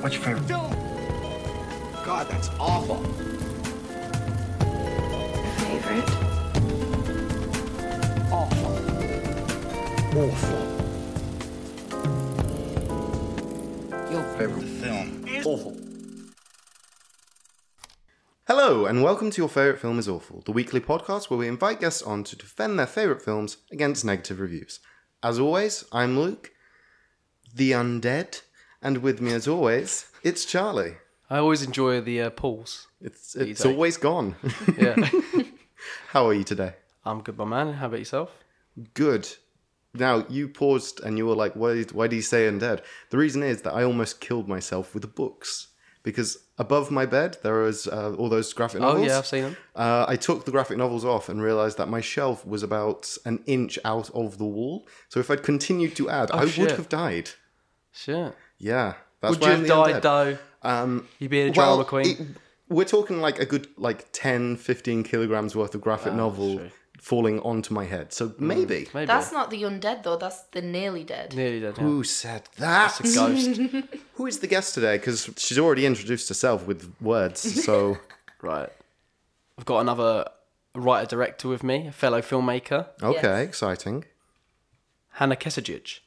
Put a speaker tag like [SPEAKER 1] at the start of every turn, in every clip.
[SPEAKER 1] What's your favorite?
[SPEAKER 2] Don't. God, that's awful.
[SPEAKER 3] Favorite?
[SPEAKER 2] Awful. Awful. Your
[SPEAKER 1] Favorite film?
[SPEAKER 2] is awful.
[SPEAKER 4] Hello, and welcome to Your Favourite Film is Awful, the weekly podcast where we invite guests on to defend their favourite films against negative reviews. As always, I'm Luke, the undead, and with me as always, it's Charlie.
[SPEAKER 5] I always enjoy the uh, pools.
[SPEAKER 4] It's, it's
[SPEAKER 5] Easy.
[SPEAKER 4] always gone.
[SPEAKER 5] Yeah,
[SPEAKER 4] How are you today?
[SPEAKER 5] I'm good, my man. How about yourself?
[SPEAKER 4] Good. Now, you paused and you were like, why, why do you say undead? The reason is that I almost killed myself with the books. Because above my bed, there is uh, all those graphic novels.
[SPEAKER 5] Oh yeah, I've seen them.
[SPEAKER 4] Uh, I took the graphic novels off and realized that my shelf was about an inch out of the wall. So if I'd continued to add, I would
[SPEAKER 5] Oh, shit.
[SPEAKER 4] have died.
[SPEAKER 5] Shit.
[SPEAKER 4] Yeah, that's
[SPEAKER 5] Would
[SPEAKER 4] why
[SPEAKER 5] you
[SPEAKER 4] I'm
[SPEAKER 5] have died
[SPEAKER 4] the undead.
[SPEAKER 5] though?
[SPEAKER 4] Um,
[SPEAKER 5] You being a
[SPEAKER 4] well,
[SPEAKER 5] drama queen.
[SPEAKER 4] it- we're talking like a good like 10, 15 kilograms worth of
[SPEAKER 5] Ah,
[SPEAKER 4] graphic novel
[SPEAKER 5] true.
[SPEAKER 4] falling onto my head. So maybe.
[SPEAKER 5] Maybe.
[SPEAKER 3] That's not the undead though. That's the nearly dead.
[SPEAKER 5] nearly dead. Yeah.
[SPEAKER 4] Who said that?
[SPEAKER 5] It's a ghost.
[SPEAKER 4] Who is the guest today? Because she's already introduced herself with words. So
[SPEAKER 5] right. I've got another writer director with me, a fellow filmmaker,
[SPEAKER 4] okay, exciting.
[SPEAKER 5] Hannah Kesajic.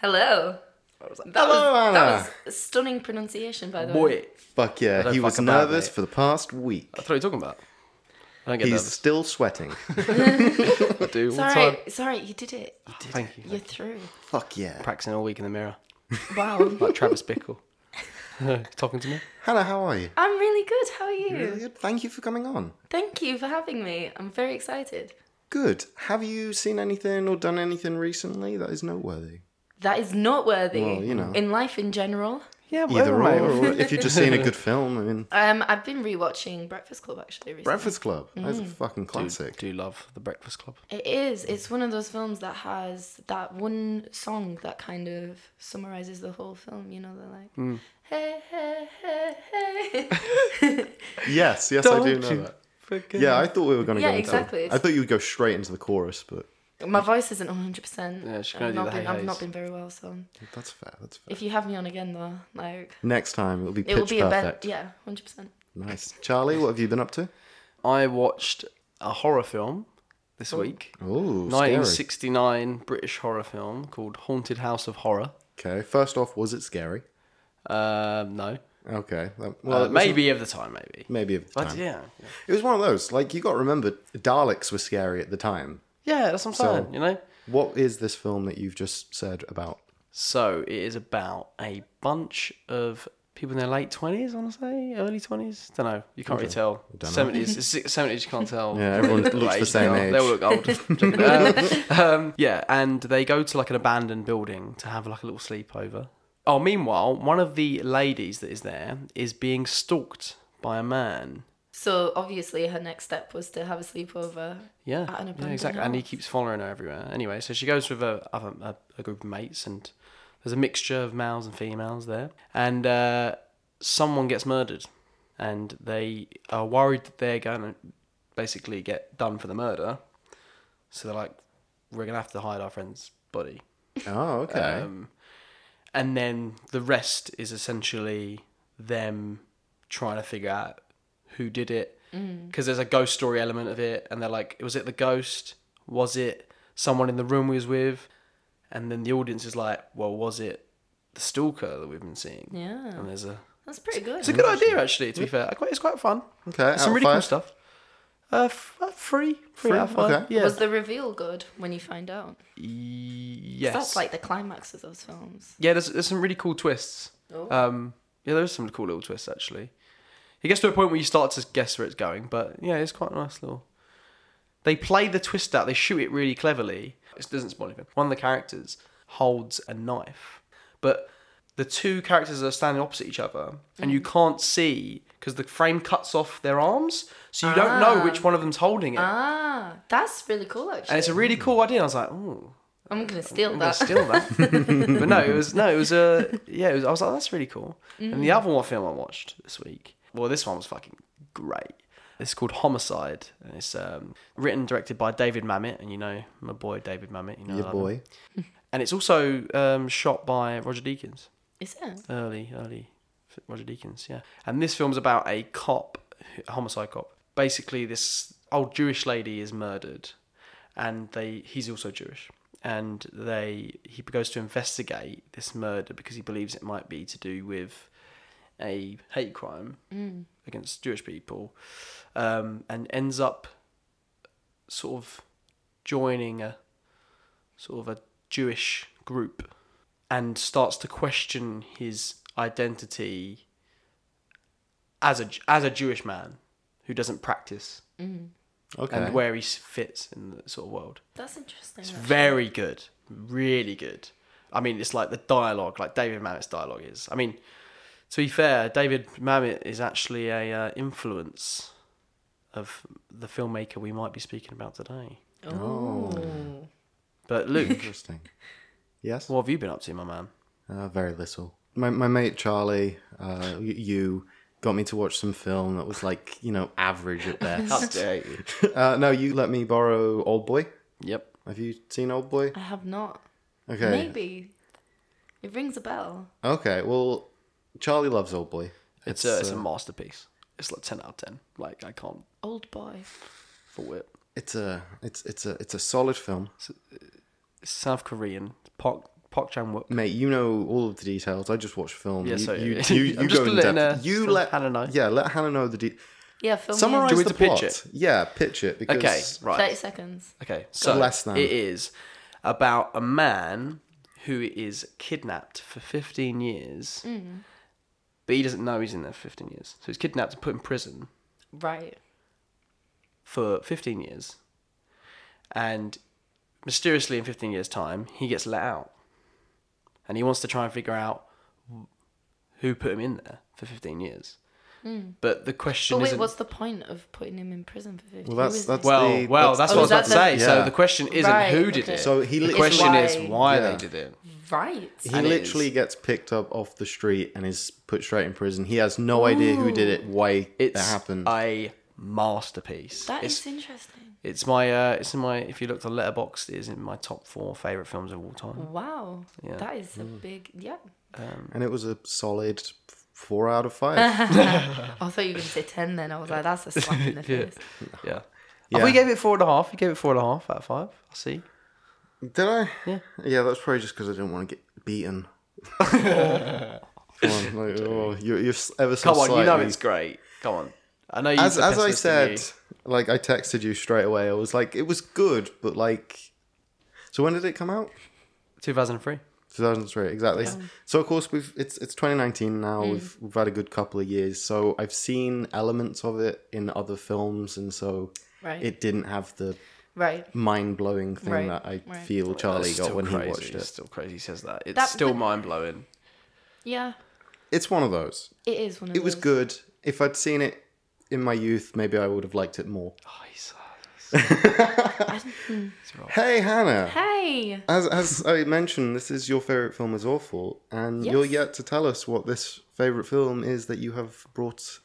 [SPEAKER 3] Hello. That
[SPEAKER 4] Hello,
[SPEAKER 3] was,
[SPEAKER 4] Anna.
[SPEAKER 3] That was a stunning pronunciation, by the way.
[SPEAKER 5] Boy,
[SPEAKER 4] Fuck yeah,
[SPEAKER 5] don't
[SPEAKER 4] he
[SPEAKER 5] fuck
[SPEAKER 4] was
[SPEAKER 5] about,
[SPEAKER 4] nervous
[SPEAKER 5] mate.
[SPEAKER 4] for the past week.
[SPEAKER 5] I thought you were talking about. I don't get
[SPEAKER 4] He's
[SPEAKER 5] nervous.
[SPEAKER 4] still sweating.
[SPEAKER 5] I do all the
[SPEAKER 3] Sorry,
[SPEAKER 5] time. Oh,
[SPEAKER 3] sorry, you did it. You did
[SPEAKER 5] Thank you.
[SPEAKER 3] it. You're through.
[SPEAKER 4] Fuck yeah.
[SPEAKER 5] Practicing all week in the mirror,
[SPEAKER 3] Wow.
[SPEAKER 5] like Travis Bickle. Talking to me.
[SPEAKER 4] Hannah, how are you?
[SPEAKER 3] I'm really good. How are you?
[SPEAKER 4] Really good. Thank you for coming on.
[SPEAKER 3] Thank you for having me. I'm very excited.
[SPEAKER 4] Good. Have you seen anything or done anything recently that is noteworthy?
[SPEAKER 3] That is noteworthy
[SPEAKER 4] Well, you know.
[SPEAKER 3] in life in general.
[SPEAKER 5] Yeah,
[SPEAKER 4] Either or, or if you've just seen a good film, I mean,
[SPEAKER 3] Um, I've been rewatching Breakfast Club actually recently.
[SPEAKER 4] Breakfast Club. That's a fucking
[SPEAKER 5] Do,
[SPEAKER 4] classic.
[SPEAKER 5] do love the Breakfast Club.
[SPEAKER 3] It is. It's one of those films that has that one song that kind of summarizes the whole film. You know, they're like,
[SPEAKER 5] Hmm.
[SPEAKER 3] hey, hey, hey, hey.
[SPEAKER 4] Yes, yes, I do know that. Yeah, I thought we were going to
[SPEAKER 3] Yeah,
[SPEAKER 4] go into
[SPEAKER 3] exactly.
[SPEAKER 4] I thought you would go straight into the chorus, but
[SPEAKER 3] My voice isn't 100%.
[SPEAKER 5] Yeah, she's
[SPEAKER 3] I've
[SPEAKER 5] gonna do
[SPEAKER 3] not
[SPEAKER 5] the
[SPEAKER 3] been-
[SPEAKER 5] hey
[SPEAKER 3] I've not
[SPEAKER 5] heys.
[SPEAKER 3] been very well, so
[SPEAKER 4] that's fair. That's fair.
[SPEAKER 3] if you have me on again, though, like,
[SPEAKER 4] Next time it'll be
[SPEAKER 3] it
[SPEAKER 4] pitch
[SPEAKER 3] will be a bent.
[SPEAKER 4] perfect.
[SPEAKER 3] Yeah, 100%.
[SPEAKER 4] Nice. Charlie, what have you been up to?
[SPEAKER 5] I watched a horror film this week.
[SPEAKER 4] Oh, scary.
[SPEAKER 5] 1969 British horror film called Haunted House of Horror.
[SPEAKER 4] Okay. First off, was it scary?
[SPEAKER 5] Um, no,
[SPEAKER 4] Okay. that-
[SPEAKER 5] Uh,
[SPEAKER 4] Well, it was-
[SPEAKER 5] maybe of the time, maybe.
[SPEAKER 4] Maybe of the
[SPEAKER 5] But
[SPEAKER 4] time.
[SPEAKER 5] yeah,
[SPEAKER 4] It was one of those. Like you got to remember, Daleks were scary at the time.
[SPEAKER 5] yeah, that's what I'm saying.
[SPEAKER 4] So-
[SPEAKER 5] you know.
[SPEAKER 4] What is this film that you've just said about?
[SPEAKER 5] So it is about a bunch of people in their late twenties. I want to say early twenties. Don't know. You can't really tell.
[SPEAKER 4] Dunno.
[SPEAKER 5] Seventies, seventies. You can't tell.
[SPEAKER 4] Yeah, everyone
[SPEAKER 5] what
[SPEAKER 4] looks the
[SPEAKER 5] age
[SPEAKER 4] same
[SPEAKER 5] they are.
[SPEAKER 4] age.
[SPEAKER 5] They all look old. um, um, yeah, and they go to like an abandoned building to have like a little sleepover. Oh, meanwhile, one of the ladies that is there is being stalked by a man.
[SPEAKER 3] So obviously, her next step was to have a sleepover.
[SPEAKER 5] Yeah,
[SPEAKER 3] at an
[SPEAKER 5] yeah,
[SPEAKER 3] abandoned
[SPEAKER 5] exactly. And he
[SPEAKER 3] house.
[SPEAKER 5] keeps following her everywhere. Anyway, so she goes with a, other- a, a group of mates, and there's a mixture of males and females there. And uh, someone gets murdered, and they are worried that they're going to basically get done for the murder. So they're like, "We're gonna have to hide our friend's body."
[SPEAKER 4] Oh, okay.
[SPEAKER 5] Um, and then the rest is essentially them trying to figure out who did it.
[SPEAKER 3] Mm.
[SPEAKER 5] Because there's a ghost story element of it, and they're like, was it the ghost? Was it someone in the room we was with? And then the audience is like, well, was it the stalker that we've been seeing?
[SPEAKER 3] Yeah.
[SPEAKER 5] And there's a.
[SPEAKER 3] That's pretty good.
[SPEAKER 5] It's a good idea, actually, to be fair. I quite- It's quite fun.
[SPEAKER 4] okay.
[SPEAKER 5] There's some
[SPEAKER 4] out of
[SPEAKER 5] really
[SPEAKER 4] five?
[SPEAKER 5] cool stuff. Uh, f- uh, free, free,
[SPEAKER 4] Free?
[SPEAKER 5] out of five.
[SPEAKER 4] Okay.
[SPEAKER 5] Yeah.
[SPEAKER 3] Was the reveal good when you find out? 'Cause
[SPEAKER 5] yes.
[SPEAKER 3] That's like the climax of those films.
[SPEAKER 5] Yeah, there's there's some really cool twists.
[SPEAKER 3] Oh.
[SPEAKER 5] Um, yeah, there's some cool little twists actually. It gets to a point where you start to guess where it's going, but yeah, it's quite a nice little. They play the twist out. They shoot it really cleverly. It doesn't spoil anything. One of the characters holds a knife, but the two characters are standing opposite each other, and you can't see because the frame cuts off their arms, so you don't know which one of them's holding it.
[SPEAKER 3] Ah, that's really cool, actually.
[SPEAKER 5] And it's a really cool idea. I was like, oh,
[SPEAKER 3] I'm going to steal
[SPEAKER 5] I'm gonna
[SPEAKER 3] that.
[SPEAKER 5] steal that. but no, it was no, it was a uh, yeah. It was, I
[SPEAKER 3] Mm.
[SPEAKER 5] was like, that's really cool. And the other one film I watched this week, well, this one was fucking great. It's called Homicide, and it's um, written and directed by David Mamet, and you know my boy David Mamet. You know I
[SPEAKER 4] Your
[SPEAKER 5] love him.
[SPEAKER 4] boy.
[SPEAKER 5] And it's also um, shot by Roger Deakins.
[SPEAKER 3] Is it?
[SPEAKER 5] early, early F- Roger Deakins, yeah. And this film's about a cop, a homicide cop. Basically, this old Jewish lady is murdered, and they he's also Jewish, and they he goes to investigate this murder because he believes it might be to do with a hate crime against Jewish people, um, and ends up sort of joining a sort of a Jewish group and starts to question his identity as a as a Jewish man who doesn't practice
[SPEAKER 4] Okay.
[SPEAKER 5] and where he s- fits in the sort of world.
[SPEAKER 3] That's interesting.
[SPEAKER 5] It's
[SPEAKER 3] actually.
[SPEAKER 5] very good, really good. I mean, it's like the dialogue, like David Mamet's dialogue is. I mean, to be fair, David Mamet is actually a uh, influence of the filmmaker we might be speaking about today.
[SPEAKER 3] Oh.
[SPEAKER 5] But Luke,
[SPEAKER 4] Interesting. Yes.
[SPEAKER 5] what have you been up to, my man?
[SPEAKER 4] Uh, very little. My my mate Charlie, uh, y- you got me to watch some film that was like you know average at best.
[SPEAKER 5] dare you?
[SPEAKER 4] uh, no, you let me borrow Old Boy.
[SPEAKER 5] Yep.
[SPEAKER 4] Have you seen Old Boy?
[SPEAKER 3] I have not.
[SPEAKER 4] Okay.
[SPEAKER 3] Maybe. It rings a bell.
[SPEAKER 4] Okay. Well, Charlie loves Old Boy.
[SPEAKER 5] It's, a, it's a masterpiece. It's like 10 out of 10. Like, I can't
[SPEAKER 3] Old boy.
[SPEAKER 5] fault it.
[SPEAKER 4] It's a it's it's a it's a solid film,
[SPEAKER 5] It's South Korean. Park, Park Chan Wook.
[SPEAKER 4] mate. You know all of the details. I just watch film.
[SPEAKER 5] Yeah,
[SPEAKER 4] you,
[SPEAKER 5] so-
[SPEAKER 4] you,
[SPEAKER 5] yeah.
[SPEAKER 4] you, you
[SPEAKER 5] I'm
[SPEAKER 4] go
[SPEAKER 5] just
[SPEAKER 4] in
[SPEAKER 5] letting,
[SPEAKER 4] depth.
[SPEAKER 5] uh,
[SPEAKER 4] you
[SPEAKER 5] still
[SPEAKER 4] let
[SPEAKER 5] Hannah know.
[SPEAKER 4] Yeah, let Hannah know the details.
[SPEAKER 3] Yeah, film. me
[SPEAKER 4] Summarize
[SPEAKER 5] Do we
[SPEAKER 4] the
[SPEAKER 5] to pitch
[SPEAKER 4] plot.
[SPEAKER 5] it?
[SPEAKER 4] Yeah, pitch it. Because
[SPEAKER 5] Okay,
[SPEAKER 3] in.
[SPEAKER 5] right.
[SPEAKER 3] 30 seconds.
[SPEAKER 5] Okay, so
[SPEAKER 4] less than.
[SPEAKER 5] it is about a man who is kidnapped for 15 years, but he doesn't know he's in there for 15 years. So he's kidnapped and put in prison
[SPEAKER 3] Right.
[SPEAKER 5] for 15 years. And mysteriously, in 15 years' time, he gets let out. And he wants to try and figure out wh- who put him in there for 15 years. But the question
[SPEAKER 3] Hmm. But wait,
[SPEAKER 5] isn't.
[SPEAKER 3] what's the point of putting him in prison for 15
[SPEAKER 4] Well, that's
[SPEAKER 3] years?
[SPEAKER 4] that's
[SPEAKER 5] well,
[SPEAKER 4] the,
[SPEAKER 5] well, that's, what I was about
[SPEAKER 3] that's
[SPEAKER 5] to say.
[SPEAKER 4] the-
[SPEAKER 5] So
[SPEAKER 4] Yeah.
[SPEAKER 5] the question isn't
[SPEAKER 3] Right,
[SPEAKER 5] who did
[SPEAKER 3] okay.
[SPEAKER 5] it.
[SPEAKER 4] So he
[SPEAKER 5] the
[SPEAKER 4] lit-
[SPEAKER 5] question
[SPEAKER 3] It's
[SPEAKER 5] is
[SPEAKER 3] why-
[SPEAKER 5] why
[SPEAKER 4] Yeah.
[SPEAKER 5] they did it.
[SPEAKER 3] Right.
[SPEAKER 4] He
[SPEAKER 5] and it
[SPEAKER 4] literally
[SPEAKER 5] is-
[SPEAKER 4] gets picked up off the street and is put straight in prison. He has no idea who did it, why
[SPEAKER 5] It's uh,
[SPEAKER 4] it happened.
[SPEAKER 5] a masterpiece.
[SPEAKER 3] That
[SPEAKER 5] it's,
[SPEAKER 3] is interesting.
[SPEAKER 5] it's my uh, it's in my if you looked on Letterboxd, it is in my top four favorite films of all time.
[SPEAKER 3] Wow.
[SPEAKER 5] Yeah.
[SPEAKER 3] That is a big. Yeah.
[SPEAKER 4] and it was a solid f- four out of five.
[SPEAKER 3] I thought you were going to say 10 then. I was like, that's a slap in the
[SPEAKER 5] Yeah.
[SPEAKER 3] face.
[SPEAKER 5] Yeah.
[SPEAKER 4] Yeah.
[SPEAKER 5] Oh, we gave it four and a half. You gave it four and a half out of five. I see.
[SPEAKER 4] did I?
[SPEAKER 5] Yeah.
[SPEAKER 4] Yeah, that's probably just because I didn't want to get beaten. Come on, like, oh, you're, you're s- ever so
[SPEAKER 5] Come on, you know
[SPEAKER 4] slightly-
[SPEAKER 5] it's great. Come on. I know you.
[SPEAKER 4] as as I said, like I texted you straight away. I was like, it was good, but like, so when did it come out?
[SPEAKER 5] two thousand three.
[SPEAKER 4] 2003 exactly so of course we've it's it's 2019 now
[SPEAKER 3] Mm.
[SPEAKER 4] we've we've had a good couple of years so i've seen elements of it in other films and so
[SPEAKER 3] Right.
[SPEAKER 4] it didn't have the
[SPEAKER 3] Right.
[SPEAKER 4] mind-blowing thing
[SPEAKER 3] Right,
[SPEAKER 4] that i
[SPEAKER 3] right.
[SPEAKER 4] feel charlie got when
[SPEAKER 5] crazy.
[SPEAKER 4] he watched
[SPEAKER 5] It's
[SPEAKER 4] it
[SPEAKER 5] still crazy. He says that. It's
[SPEAKER 3] That-
[SPEAKER 5] still
[SPEAKER 3] but-
[SPEAKER 5] mind blowing.
[SPEAKER 3] Yeah.
[SPEAKER 4] it's one of those
[SPEAKER 3] It is one of
[SPEAKER 4] it was
[SPEAKER 3] those.
[SPEAKER 4] good if i'd seen it in my youth maybe i would have liked it more
[SPEAKER 5] Oh, he's,
[SPEAKER 4] hey hannah
[SPEAKER 3] Hey.
[SPEAKER 4] as, as i mentioned this is your favorite film is awful and
[SPEAKER 3] Yes.
[SPEAKER 4] you're yet to tell us what this favorite film is that you have brought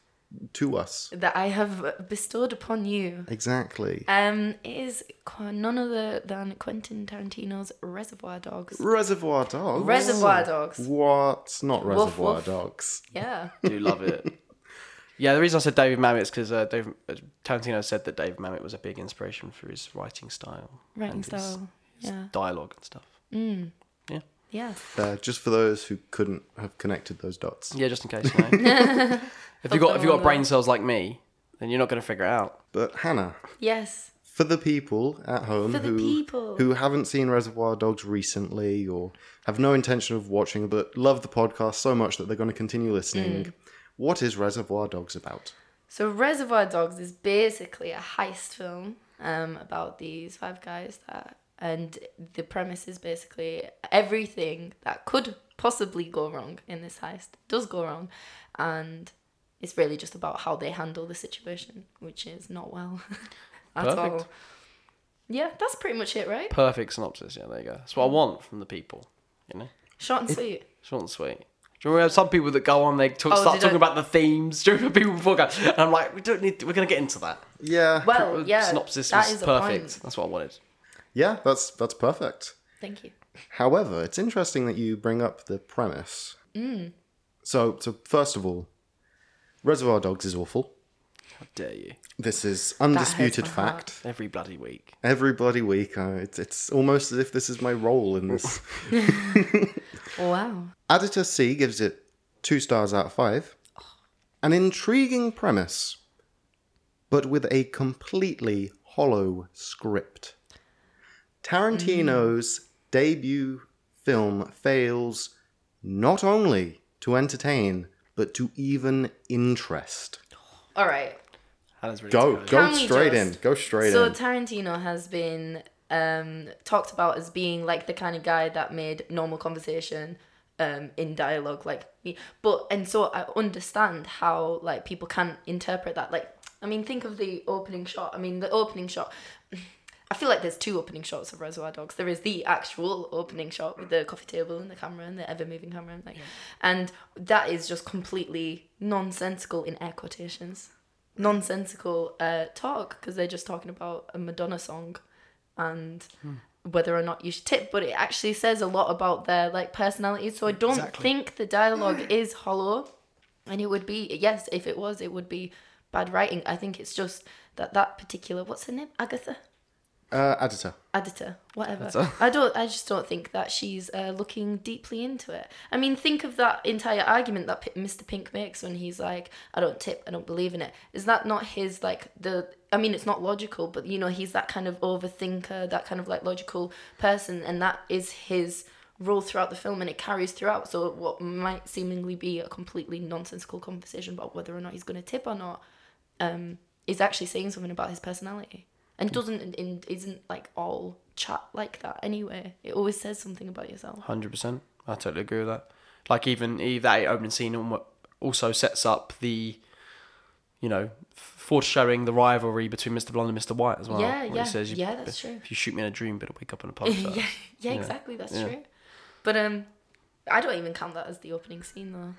[SPEAKER 4] to us
[SPEAKER 3] That I have bestowed upon you.
[SPEAKER 4] exactly
[SPEAKER 3] Um, it is qu- none other than Quentin Tarantino's Reservoir Dogs.
[SPEAKER 4] Reservoir Dogs.
[SPEAKER 3] Reservoir Dogs.
[SPEAKER 4] What? Not
[SPEAKER 3] Woof,
[SPEAKER 4] Reservoir
[SPEAKER 3] woof.
[SPEAKER 4] Dogs.
[SPEAKER 3] Yeah.
[SPEAKER 5] do love it. Yeah, the reason I said David Mamet is because uh, Dave- uh, Tarantino said that David Mamet was a big inspiration for his writing style,
[SPEAKER 3] Writing
[SPEAKER 5] and his-
[SPEAKER 3] style. Yeah. Mm.
[SPEAKER 5] dialogue and stuff.
[SPEAKER 3] Yeah.
[SPEAKER 4] Uh, just for those who couldn't have connected those dots.
[SPEAKER 5] Yeah, just in case. You know. if you got if you got brain cells like me, then you're not going to figure it out.
[SPEAKER 4] But Hannah,
[SPEAKER 3] Yes.
[SPEAKER 4] for the people at home
[SPEAKER 3] For the
[SPEAKER 4] who
[SPEAKER 3] people.
[SPEAKER 4] who haven't seen Reservoir Dogs recently or have no intention of watching but love the podcast so much that they're going to continue
[SPEAKER 3] Mm.
[SPEAKER 4] listening, what is Reservoir Dogs about?
[SPEAKER 3] So Reservoir Dogs is basically a heist film um, about these five guys that, and the premise is basically everything that could possibly go wrong in this heist does go wrong, and it's really just about how they handle the situation, which is not well at
[SPEAKER 5] Perfect.
[SPEAKER 3] all. Yeah, that's pretty much it, right? Hmm.
[SPEAKER 5] Perfect synopsis. Yeah, there you go. That's what I want from the people. You know,
[SPEAKER 3] Short and sweet.
[SPEAKER 5] short and sweet. Do you remember we had some people that go on, they talk,
[SPEAKER 3] Oh,
[SPEAKER 5] start
[SPEAKER 3] did
[SPEAKER 5] talking
[SPEAKER 3] I-
[SPEAKER 5] about the themes. Do you remember people before go? And I'm like, we don't need. To, we're gonna get into that.
[SPEAKER 4] Yeah.
[SPEAKER 3] Well,
[SPEAKER 5] The
[SPEAKER 3] Oh, yeah.
[SPEAKER 5] Synopsis
[SPEAKER 3] that
[SPEAKER 5] was
[SPEAKER 3] is the
[SPEAKER 5] perfect.
[SPEAKER 3] point.
[SPEAKER 5] That's what I wanted.
[SPEAKER 4] yeah, that's that's perfect.
[SPEAKER 3] Thank you.
[SPEAKER 4] However, it's interesting that you bring up the premise.
[SPEAKER 3] Mm.
[SPEAKER 4] So, so first of all, Reservoir Dogs is awful.
[SPEAKER 5] How dare you?
[SPEAKER 4] This is undisputed
[SPEAKER 3] my heart.
[SPEAKER 4] fact.
[SPEAKER 5] Every bloody week.
[SPEAKER 4] Every bloody week, I, it's, it's almost as if this is my role in this.
[SPEAKER 3] Wow.
[SPEAKER 4] Editor C gives it two stars out of five. An intriguing premise, but with a completely hollow script. Tarantino's debut film fails not only to entertain, but to even interest.
[SPEAKER 3] All right.
[SPEAKER 5] Hannah's really
[SPEAKER 4] Go,
[SPEAKER 5] tired.
[SPEAKER 4] go
[SPEAKER 3] Can we
[SPEAKER 4] straight
[SPEAKER 3] just-
[SPEAKER 4] in. Go straight
[SPEAKER 3] so
[SPEAKER 4] in.
[SPEAKER 3] Tarantino has been um, talked about as being like the kind of guy that made normal conversation um, in dialogue, like me. But and so I understand how like people can interpret that. Like, I mean, think of the opening shot. I mean, the opening shot. I feel like there's two opening shots of Reservoir Dogs. There is the actual opening shot with the coffee table and the camera and the ever moving camera, and like, and that is just completely nonsensical in air quotations nonsensical uh, talk because they're just talking about a Madonna song and whether or not you should tip. But it actually says a lot about their like personalities. So I don't think the dialogue is hollow, and it would be yes if it was it would be bad writing. I think it's just that that particular what's her name Agatha
[SPEAKER 4] Uh, editor.
[SPEAKER 3] editor, whatever. I don't. I just don't think that she's uh, looking deeply into it. I mean, think of that entire argument that P- Mr. Pink makes when he's like, "I don't tip. I don't believe in it." Is that not his like the? I mean, it's not logical, but you know, he's that kind of overthinker, that kind of like logical person, and that is his role throughout the film, and it carries throughout. So what might seemingly be a completely nonsensical conversation about whether or not he's going to tip or not um, is actually saying something about his personality and
[SPEAKER 5] Hmm.
[SPEAKER 3] doesn't and- and isn't like all chat like that anyway. It always says something about yourself.
[SPEAKER 5] Hundred percent. I totally agree with that. Like even even that opening scene almo- also sets up the, you know, f- foreshadowing the rivalry between Mr. Blonde and Mr. White as well.
[SPEAKER 3] Yeah,
[SPEAKER 5] when he
[SPEAKER 3] yeah,
[SPEAKER 5] says, you-
[SPEAKER 3] yeah, that's true.
[SPEAKER 5] If you shoot me in a dream, better wake up in a pub.
[SPEAKER 3] yeah,
[SPEAKER 5] first."
[SPEAKER 3] yeah,
[SPEAKER 5] Yeah.
[SPEAKER 3] exactly. That's
[SPEAKER 5] Yeah.
[SPEAKER 3] true. But um, I don't even count that as the opening scene though.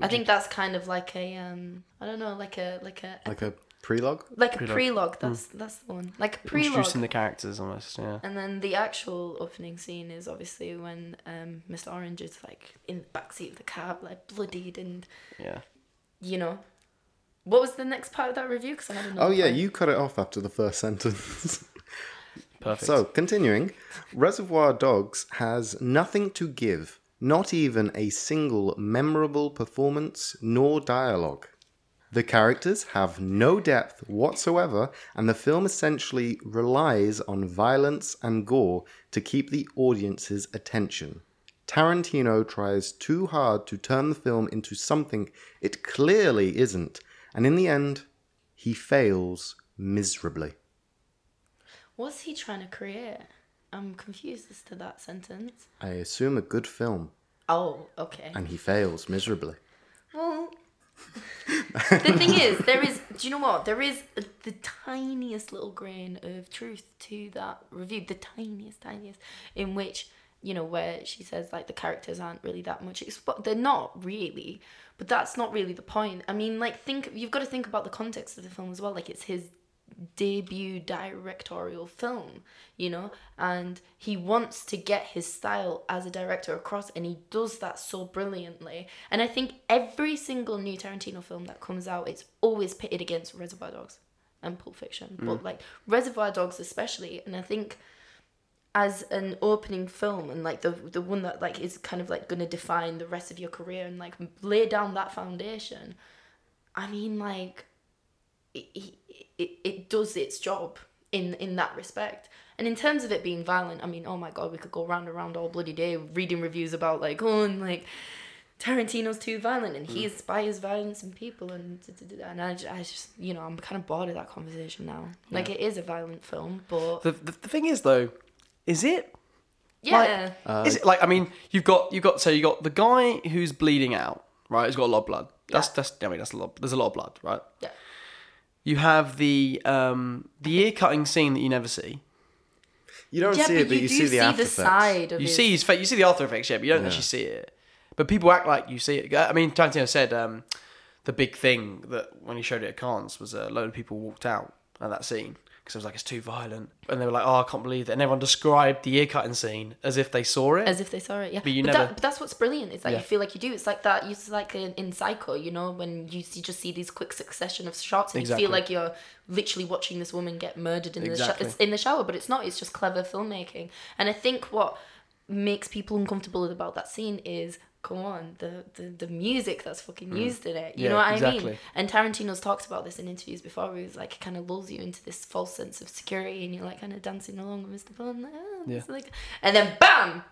[SPEAKER 3] I think that's kind of like a um, I don't know, like a like a
[SPEAKER 4] Like a prelogue?
[SPEAKER 3] like a
[SPEAKER 5] prelogue.
[SPEAKER 3] prelogue. That's that's the one. Like a prelogue.
[SPEAKER 5] Hmm. Introducing the characters almost. Yeah.
[SPEAKER 3] And then the actual opening scene is obviously when um, Mr. Orange is like in the backseat of the cab, like bloodied and
[SPEAKER 5] Yeah.
[SPEAKER 3] you know. What was the next part of that review? Because I had another.
[SPEAKER 4] Oh, yeah,
[SPEAKER 3] point.
[SPEAKER 4] you cut it off after the first sentence.
[SPEAKER 5] Perfect.
[SPEAKER 4] So, continuing, Reservoir Dogs has nothing to give, not even a single memorable performance nor dialogue. The characters have no depth whatsoever, and the film essentially relies on violence and gore to keep the audience's attention. Tarantino tries too hard to turn the film into something it clearly isn't, and in the end, he fails miserably.
[SPEAKER 3] What's he trying to create? I'm confused as to that sentence.
[SPEAKER 4] I assume a good film.
[SPEAKER 3] Oh, okay.
[SPEAKER 4] and he fails miserably.
[SPEAKER 3] Well, the thing is, there is. Do you know what? There is the tiniest little grain of truth to that review. The tiniest, tiniest, in which you know where she says like the characters aren't really that much. Expo- they're not really, but that's not really the point. I mean, like think you've got to think about the context of the film as well. Like it's his debut directorial film, you know, and he wants to get his style as a director across, and he does that so brilliantly. And I think every single new Tarantino film that comes out, it's always pitted against Reservoir Dogs and Pulp Fiction, but like Reservoir Dogs especially, and I think as an opening film and like the the one that like is kind of like going to define the rest of your career and like lay down that foundation i mean like it, it, it does its job in in that respect. And in terms of it being violent, I mean, oh my god, we could go round and round all bloody day reading reviews about like, oh, and like Tarantino's too violent and he inspires violence in people and da- da- da- and I, ju- I just you know I'm kind of bored of that conversation now. Like it is a violent film, but
[SPEAKER 5] The, the the thing is though, is it
[SPEAKER 3] yeah,
[SPEAKER 5] is it like I mean you've got you've got so you got the guy who's bleeding out right who's got a lot of blood that's that's I mean that's a lot there's a lot of blood right
[SPEAKER 3] yeah,
[SPEAKER 5] you have the um the ear cutting scene that you never see
[SPEAKER 4] You don't
[SPEAKER 3] yeah.
[SPEAKER 4] see it, but you,
[SPEAKER 3] do
[SPEAKER 4] see the after effects.
[SPEAKER 3] side of
[SPEAKER 5] you
[SPEAKER 3] his-
[SPEAKER 5] see his face you see the after effects yeah but you don't actually see it But people act like you see it. I mean, Tarantino said um, the big thing that when he showed it at Cannes was a load of people walked out at that scene because it was like it's too violent, and they were like, "Oh, I can't believe that." And everyone described the ear cutting scene as if they saw it.
[SPEAKER 3] as if they saw it. Yeah,
[SPEAKER 5] But you
[SPEAKER 3] but,
[SPEAKER 5] never-
[SPEAKER 3] that, but that's what's brilliant. It's that
[SPEAKER 5] Yeah.
[SPEAKER 3] you feel like you do. It's like that. It's like in, in Psycho, you know, when you see, just see these quick succession of shots, and
[SPEAKER 5] Exactly.
[SPEAKER 3] you feel like you're literally watching this woman get murdered in
[SPEAKER 5] Exactly.
[SPEAKER 3] the sho- in the shower. But it's not. It's just clever filmmaking. And I think what makes people uncomfortable about that scene is. Come on, the, the the music that's fucking used in
[SPEAKER 5] Mm.
[SPEAKER 3] it. You
[SPEAKER 5] Yeah,
[SPEAKER 3] know what I mean?
[SPEAKER 5] exactly.
[SPEAKER 3] And Tarantino's talked about this in interviews before. Where he's like, kind of lulls you into this false sense of security, and you're like kind of dancing along with Mr. Bond, like, oh,
[SPEAKER 5] Yeah.
[SPEAKER 3] it's like, and then bam,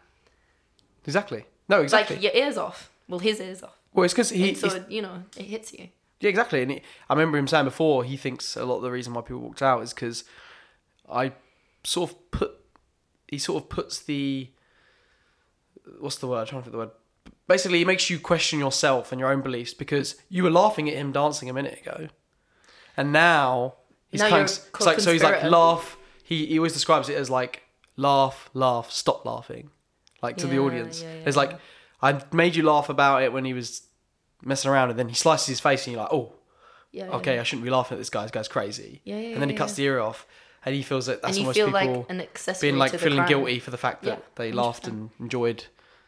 [SPEAKER 5] exactly. No, exactly.
[SPEAKER 3] like your ears off. Well, his ears off.
[SPEAKER 5] Well, it's because he.
[SPEAKER 3] and so
[SPEAKER 5] it's-
[SPEAKER 3] you know it hits you.
[SPEAKER 5] Yeah, exactly. And he, I remember him saying before he thinks a lot of the reason why people walked out is because I sort of put he sort of puts the what's the word? I'm trying to think of the word. Basically, he makes you question yourself and your own beliefs because you were laughing at him dancing a minute ago, and now he's
[SPEAKER 3] Now
[SPEAKER 5] kind
[SPEAKER 3] you're
[SPEAKER 5] of
[SPEAKER 3] a
[SPEAKER 5] it's like so he's like
[SPEAKER 3] co-conspirator.
[SPEAKER 5] laugh. He he always describes it as like laugh, laugh, stop laughing, like to the
[SPEAKER 3] Yeah,
[SPEAKER 5] audience.
[SPEAKER 3] yeah,
[SPEAKER 5] It's
[SPEAKER 3] yeah.
[SPEAKER 5] like I made you laugh about it when he was messing around, and then he slices his face, and you're like, oh,
[SPEAKER 3] Yeah.
[SPEAKER 5] okay,
[SPEAKER 3] yeah.
[SPEAKER 5] I shouldn't be laughing at this guy. This guy's crazy.
[SPEAKER 3] Yeah, yeah,
[SPEAKER 5] and then he
[SPEAKER 3] yeah,
[SPEAKER 5] cuts the ear off, and he feels that that's
[SPEAKER 3] And you
[SPEAKER 5] almost
[SPEAKER 3] feel
[SPEAKER 5] people
[SPEAKER 3] like an accessory
[SPEAKER 5] being like
[SPEAKER 3] to the
[SPEAKER 5] feeling
[SPEAKER 3] crime.
[SPEAKER 5] guilty for the fact that
[SPEAKER 3] Yeah,
[SPEAKER 5] they laughed and enjoyed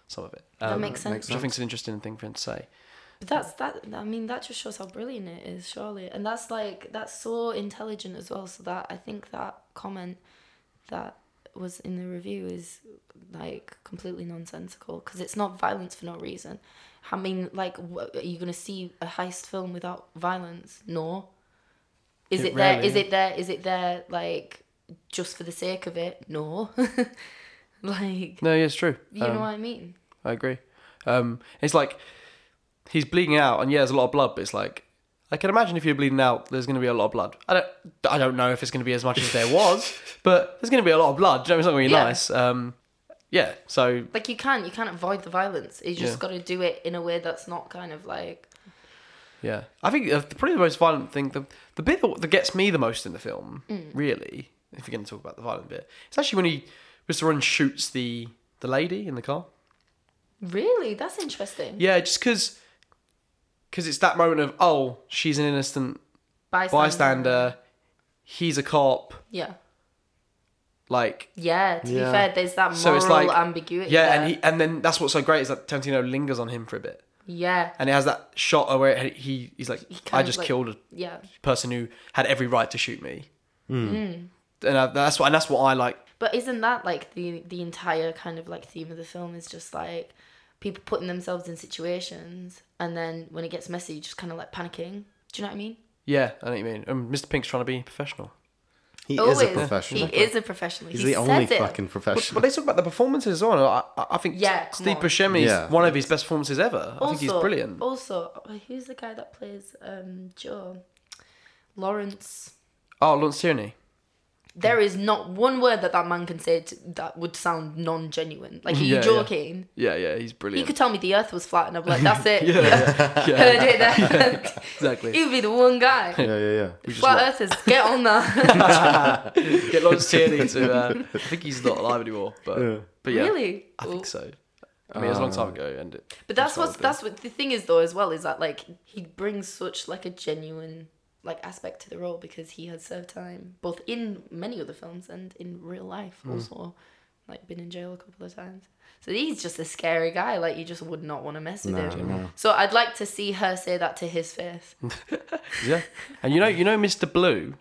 [SPEAKER 5] some of it.
[SPEAKER 3] That
[SPEAKER 5] Um,
[SPEAKER 3] makes sense.
[SPEAKER 4] makes
[SPEAKER 5] Which I think is an interesting thing for him to say.
[SPEAKER 3] But that's that. I mean, that just shows how brilliant it is, surely. And that's like that's so intelligent as well. So that I think that comment that was in the review is like completely nonsensical because it's not violence for no reason. I mean, like, wh- are you gonna see a heist film without violence? No. Is
[SPEAKER 5] It
[SPEAKER 3] it there?
[SPEAKER 5] rarely
[SPEAKER 3] Is it there? Is it there? Like, just for the sake of it? No. like,
[SPEAKER 5] No, yeah, it's true.
[SPEAKER 3] you
[SPEAKER 5] Um,
[SPEAKER 3] know what I mean?
[SPEAKER 5] I agree. Um, it's like he's bleeding out, and yeah, there's a lot of blood, but it's like I can imagine if you're bleeding out, there's going to be a lot of blood. I don't, I don't know if it's going to be as much as there was, but there's going to be a lot of blood. Do you know, what I mean? it's not
[SPEAKER 3] Yeah.
[SPEAKER 5] going to be nice. Um, yeah, so
[SPEAKER 3] like you can you can't avoid the violence you just
[SPEAKER 5] Yeah.
[SPEAKER 3] got to do it in a way that's not kind of like
[SPEAKER 5] yeah, I think uh, probably the most violent thing, the the bit that, that gets me the most in the film, really, if you're going to talk about the violent bit, it's actually when he Mr. Run shoots the the lady in the car.
[SPEAKER 3] really that's interesting
[SPEAKER 5] Yeah, just because because it's that moment of oh, she's an innocent
[SPEAKER 3] bystander,
[SPEAKER 5] bystander. He's a cop.
[SPEAKER 3] yeah
[SPEAKER 5] Like
[SPEAKER 3] yeah to
[SPEAKER 4] Yeah.
[SPEAKER 3] be fair there's that moral
[SPEAKER 5] so, it's like
[SPEAKER 3] ambiguity
[SPEAKER 5] Yeah,
[SPEAKER 3] there.
[SPEAKER 5] and he and then that's what's so great is that Tarantino lingers on him for a bit,
[SPEAKER 3] yeah
[SPEAKER 5] and it has that shot where he he's like,
[SPEAKER 3] kind
[SPEAKER 5] I
[SPEAKER 3] of,
[SPEAKER 5] just
[SPEAKER 3] like-
[SPEAKER 5] killed a
[SPEAKER 3] yeah
[SPEAKER 5] person who had every right to shoot me.
[SPEAKER 3] Hmm.
[SPEAKER 5] And I, that's what and that's what I like.
[SPEAKER 3] but isn't that like the the entire kind of like theme of the film is just like people putting themselves in situations and then when it gets messy just kind of like panicking do you know what i mean
[SPEAKER 5] Yeah, I know what you mean. Um, Mr. Pink's trying to be professional.
[SPEAKER 4] He
[SPEAKER 3] Always.
[SPEAKER 4] is a professional.
[SPEAKER 3] he is a professional
[SPEAKER 4] He's
[SPEAKER 3] he
[SPEAKER 4] the only
[SPEAKER 3] says it.
[SPEAKER 4] fucking
[SPEAKER 5] But,
[SPEAKER 4] professional.
[SPEAKER 5] but they talk about the performances as well. I, I- I think
[SPEAKER 3] Yeah, come
[SPEAKER 5] Steve
[SPEAKER 3] on.
[SPEAKER 5] Buscemi is
[SPEAKER 4] Yeah.
[SPEAKER 5] one of his best performances ever. I think he's brilliant.
[SPEAKER 3] Also, uh, who's the guy that plays um, Joe? Lawrence.
[SPEAKER 5] Oh, Lawrence Tierney.
[SPEAKER 3] There is not one word that that man can say to, that would sound non genuine. Like, are you
[SPEAKER 5] Yeah, yeah.
[SPEAKER 3] joking?
[SPEAKER 5] Yeah, yeah, he's
[SPEAKER 3] You
[SPEAKER 5] brilliant.
[SPEAKER 3] could tell me the earth was flat, and I'm like, that's it.
[SPEAKER 5] Yeah, yeah, yeah,
[SPEAKER 3] Heard it there.
[SPEAKER 5] exactly.
[SPEAKER 3] He would be the one guy.
[SPEAKER 4] yeah, yeah, yeah.
[SPEAKER 5] We just
[SPEAKER 3] Flat
[SPEAKER 5] lo-
[SPEAKER 3] earthers, get on that.
[SPEAKER 5] Get Lawrence Tierney to. Uh, I think he's not alive anymore, but but yeah, Ah.
[SPEAKER 3] really?
[SPEAKER 5] I think
[SPEAKER 3] Oh.
[SPEAKER 5] so. I mean, it was a long time ago, and it,
[SPEAKER 3] But that's
[SPEAKER 5] Control
[SPEAKER 3] what's
[SPEAKER 5] thing.
[SPEAKER 3] that's what the thing is though as well is that like he brings such like a genuine like aspect to the role because he has served time both in many other films and in real life
[SPEAKER 5] Hmm.
[SPEAKER 3] also like been in jail a couple of times so he's just a scary guy like you just would not want to mess with
[SPEAKER 4] No,
[SPEAKER 3] him
[SPEAKER 4] no.
[SPEAKER 3] so I'd like to see her say that to his face
[SPEAKER 5] Hmm. yeah. And you know, you know, Mr. Blue,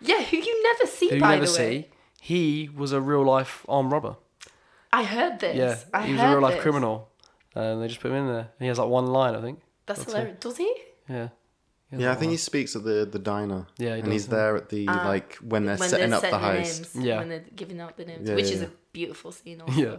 [SPEAKER 3] yeah who you never see
[SPEAKER 5] who you
[SPEAKER 3] by
[SPEAKER 5] never
[SPEAKER 3] the way
[SPEAKER 5] see, he was a real life armed robber.
[SPEAKER 3] I heard this
[SPEAKER 5] Yeah,
[SPEAKER 3] I
[SPEAKER 5] he was
[SPEAKER 3] heard
[SPEAKER 5] a real life
[SPEAKER 3] this.
[SPEAKER 5] criminal, and they just put him in there. And he has like one line, I think.
[SPEAKER 3] that's
[SPEAKER 5] That's it.
[SPEAKER 3] hilarious does he
[SPEAKER 5] Yeah. He has
[SPEAKER 4] Yeah, I
[SPEAKER 5] like
[SPEAKER 4] think
[SPEAKER 5] one-
[SPEAKER 4] he speaks at the, the diner.
[SPEAKER 5] Yeah, he
[SPEAKER 4] and
[SPEAKER 5] does,
[SPEAKER 4] he's
[SPEAKER 5] yeah.
[SPEAKER 4] there at the like when they're
[SPEAKER 3] Ah, when
[SPEAKER 4] setting
[SPEAKER 3] they're
[SPEAKER 4] up
[SPEAKER 3] setting
[SPEAKER 4] the
[SPEAKER 3] the,
[SPEAKER 4] heist.
[SPEAKER 3] names
[SPEAKER 5] Yeah.
[SPEAKER 3] when they're giving out the names
[SPEAKER 4] Yeah,
[SPEAKER 3] which
[SPEAKER 4] yeah,
[SPEAKER 3] is
[SPEAKER 4] yeah.
[SPEAKER 3] a beautiful scene also.
[SPEAKER 5] Yeah.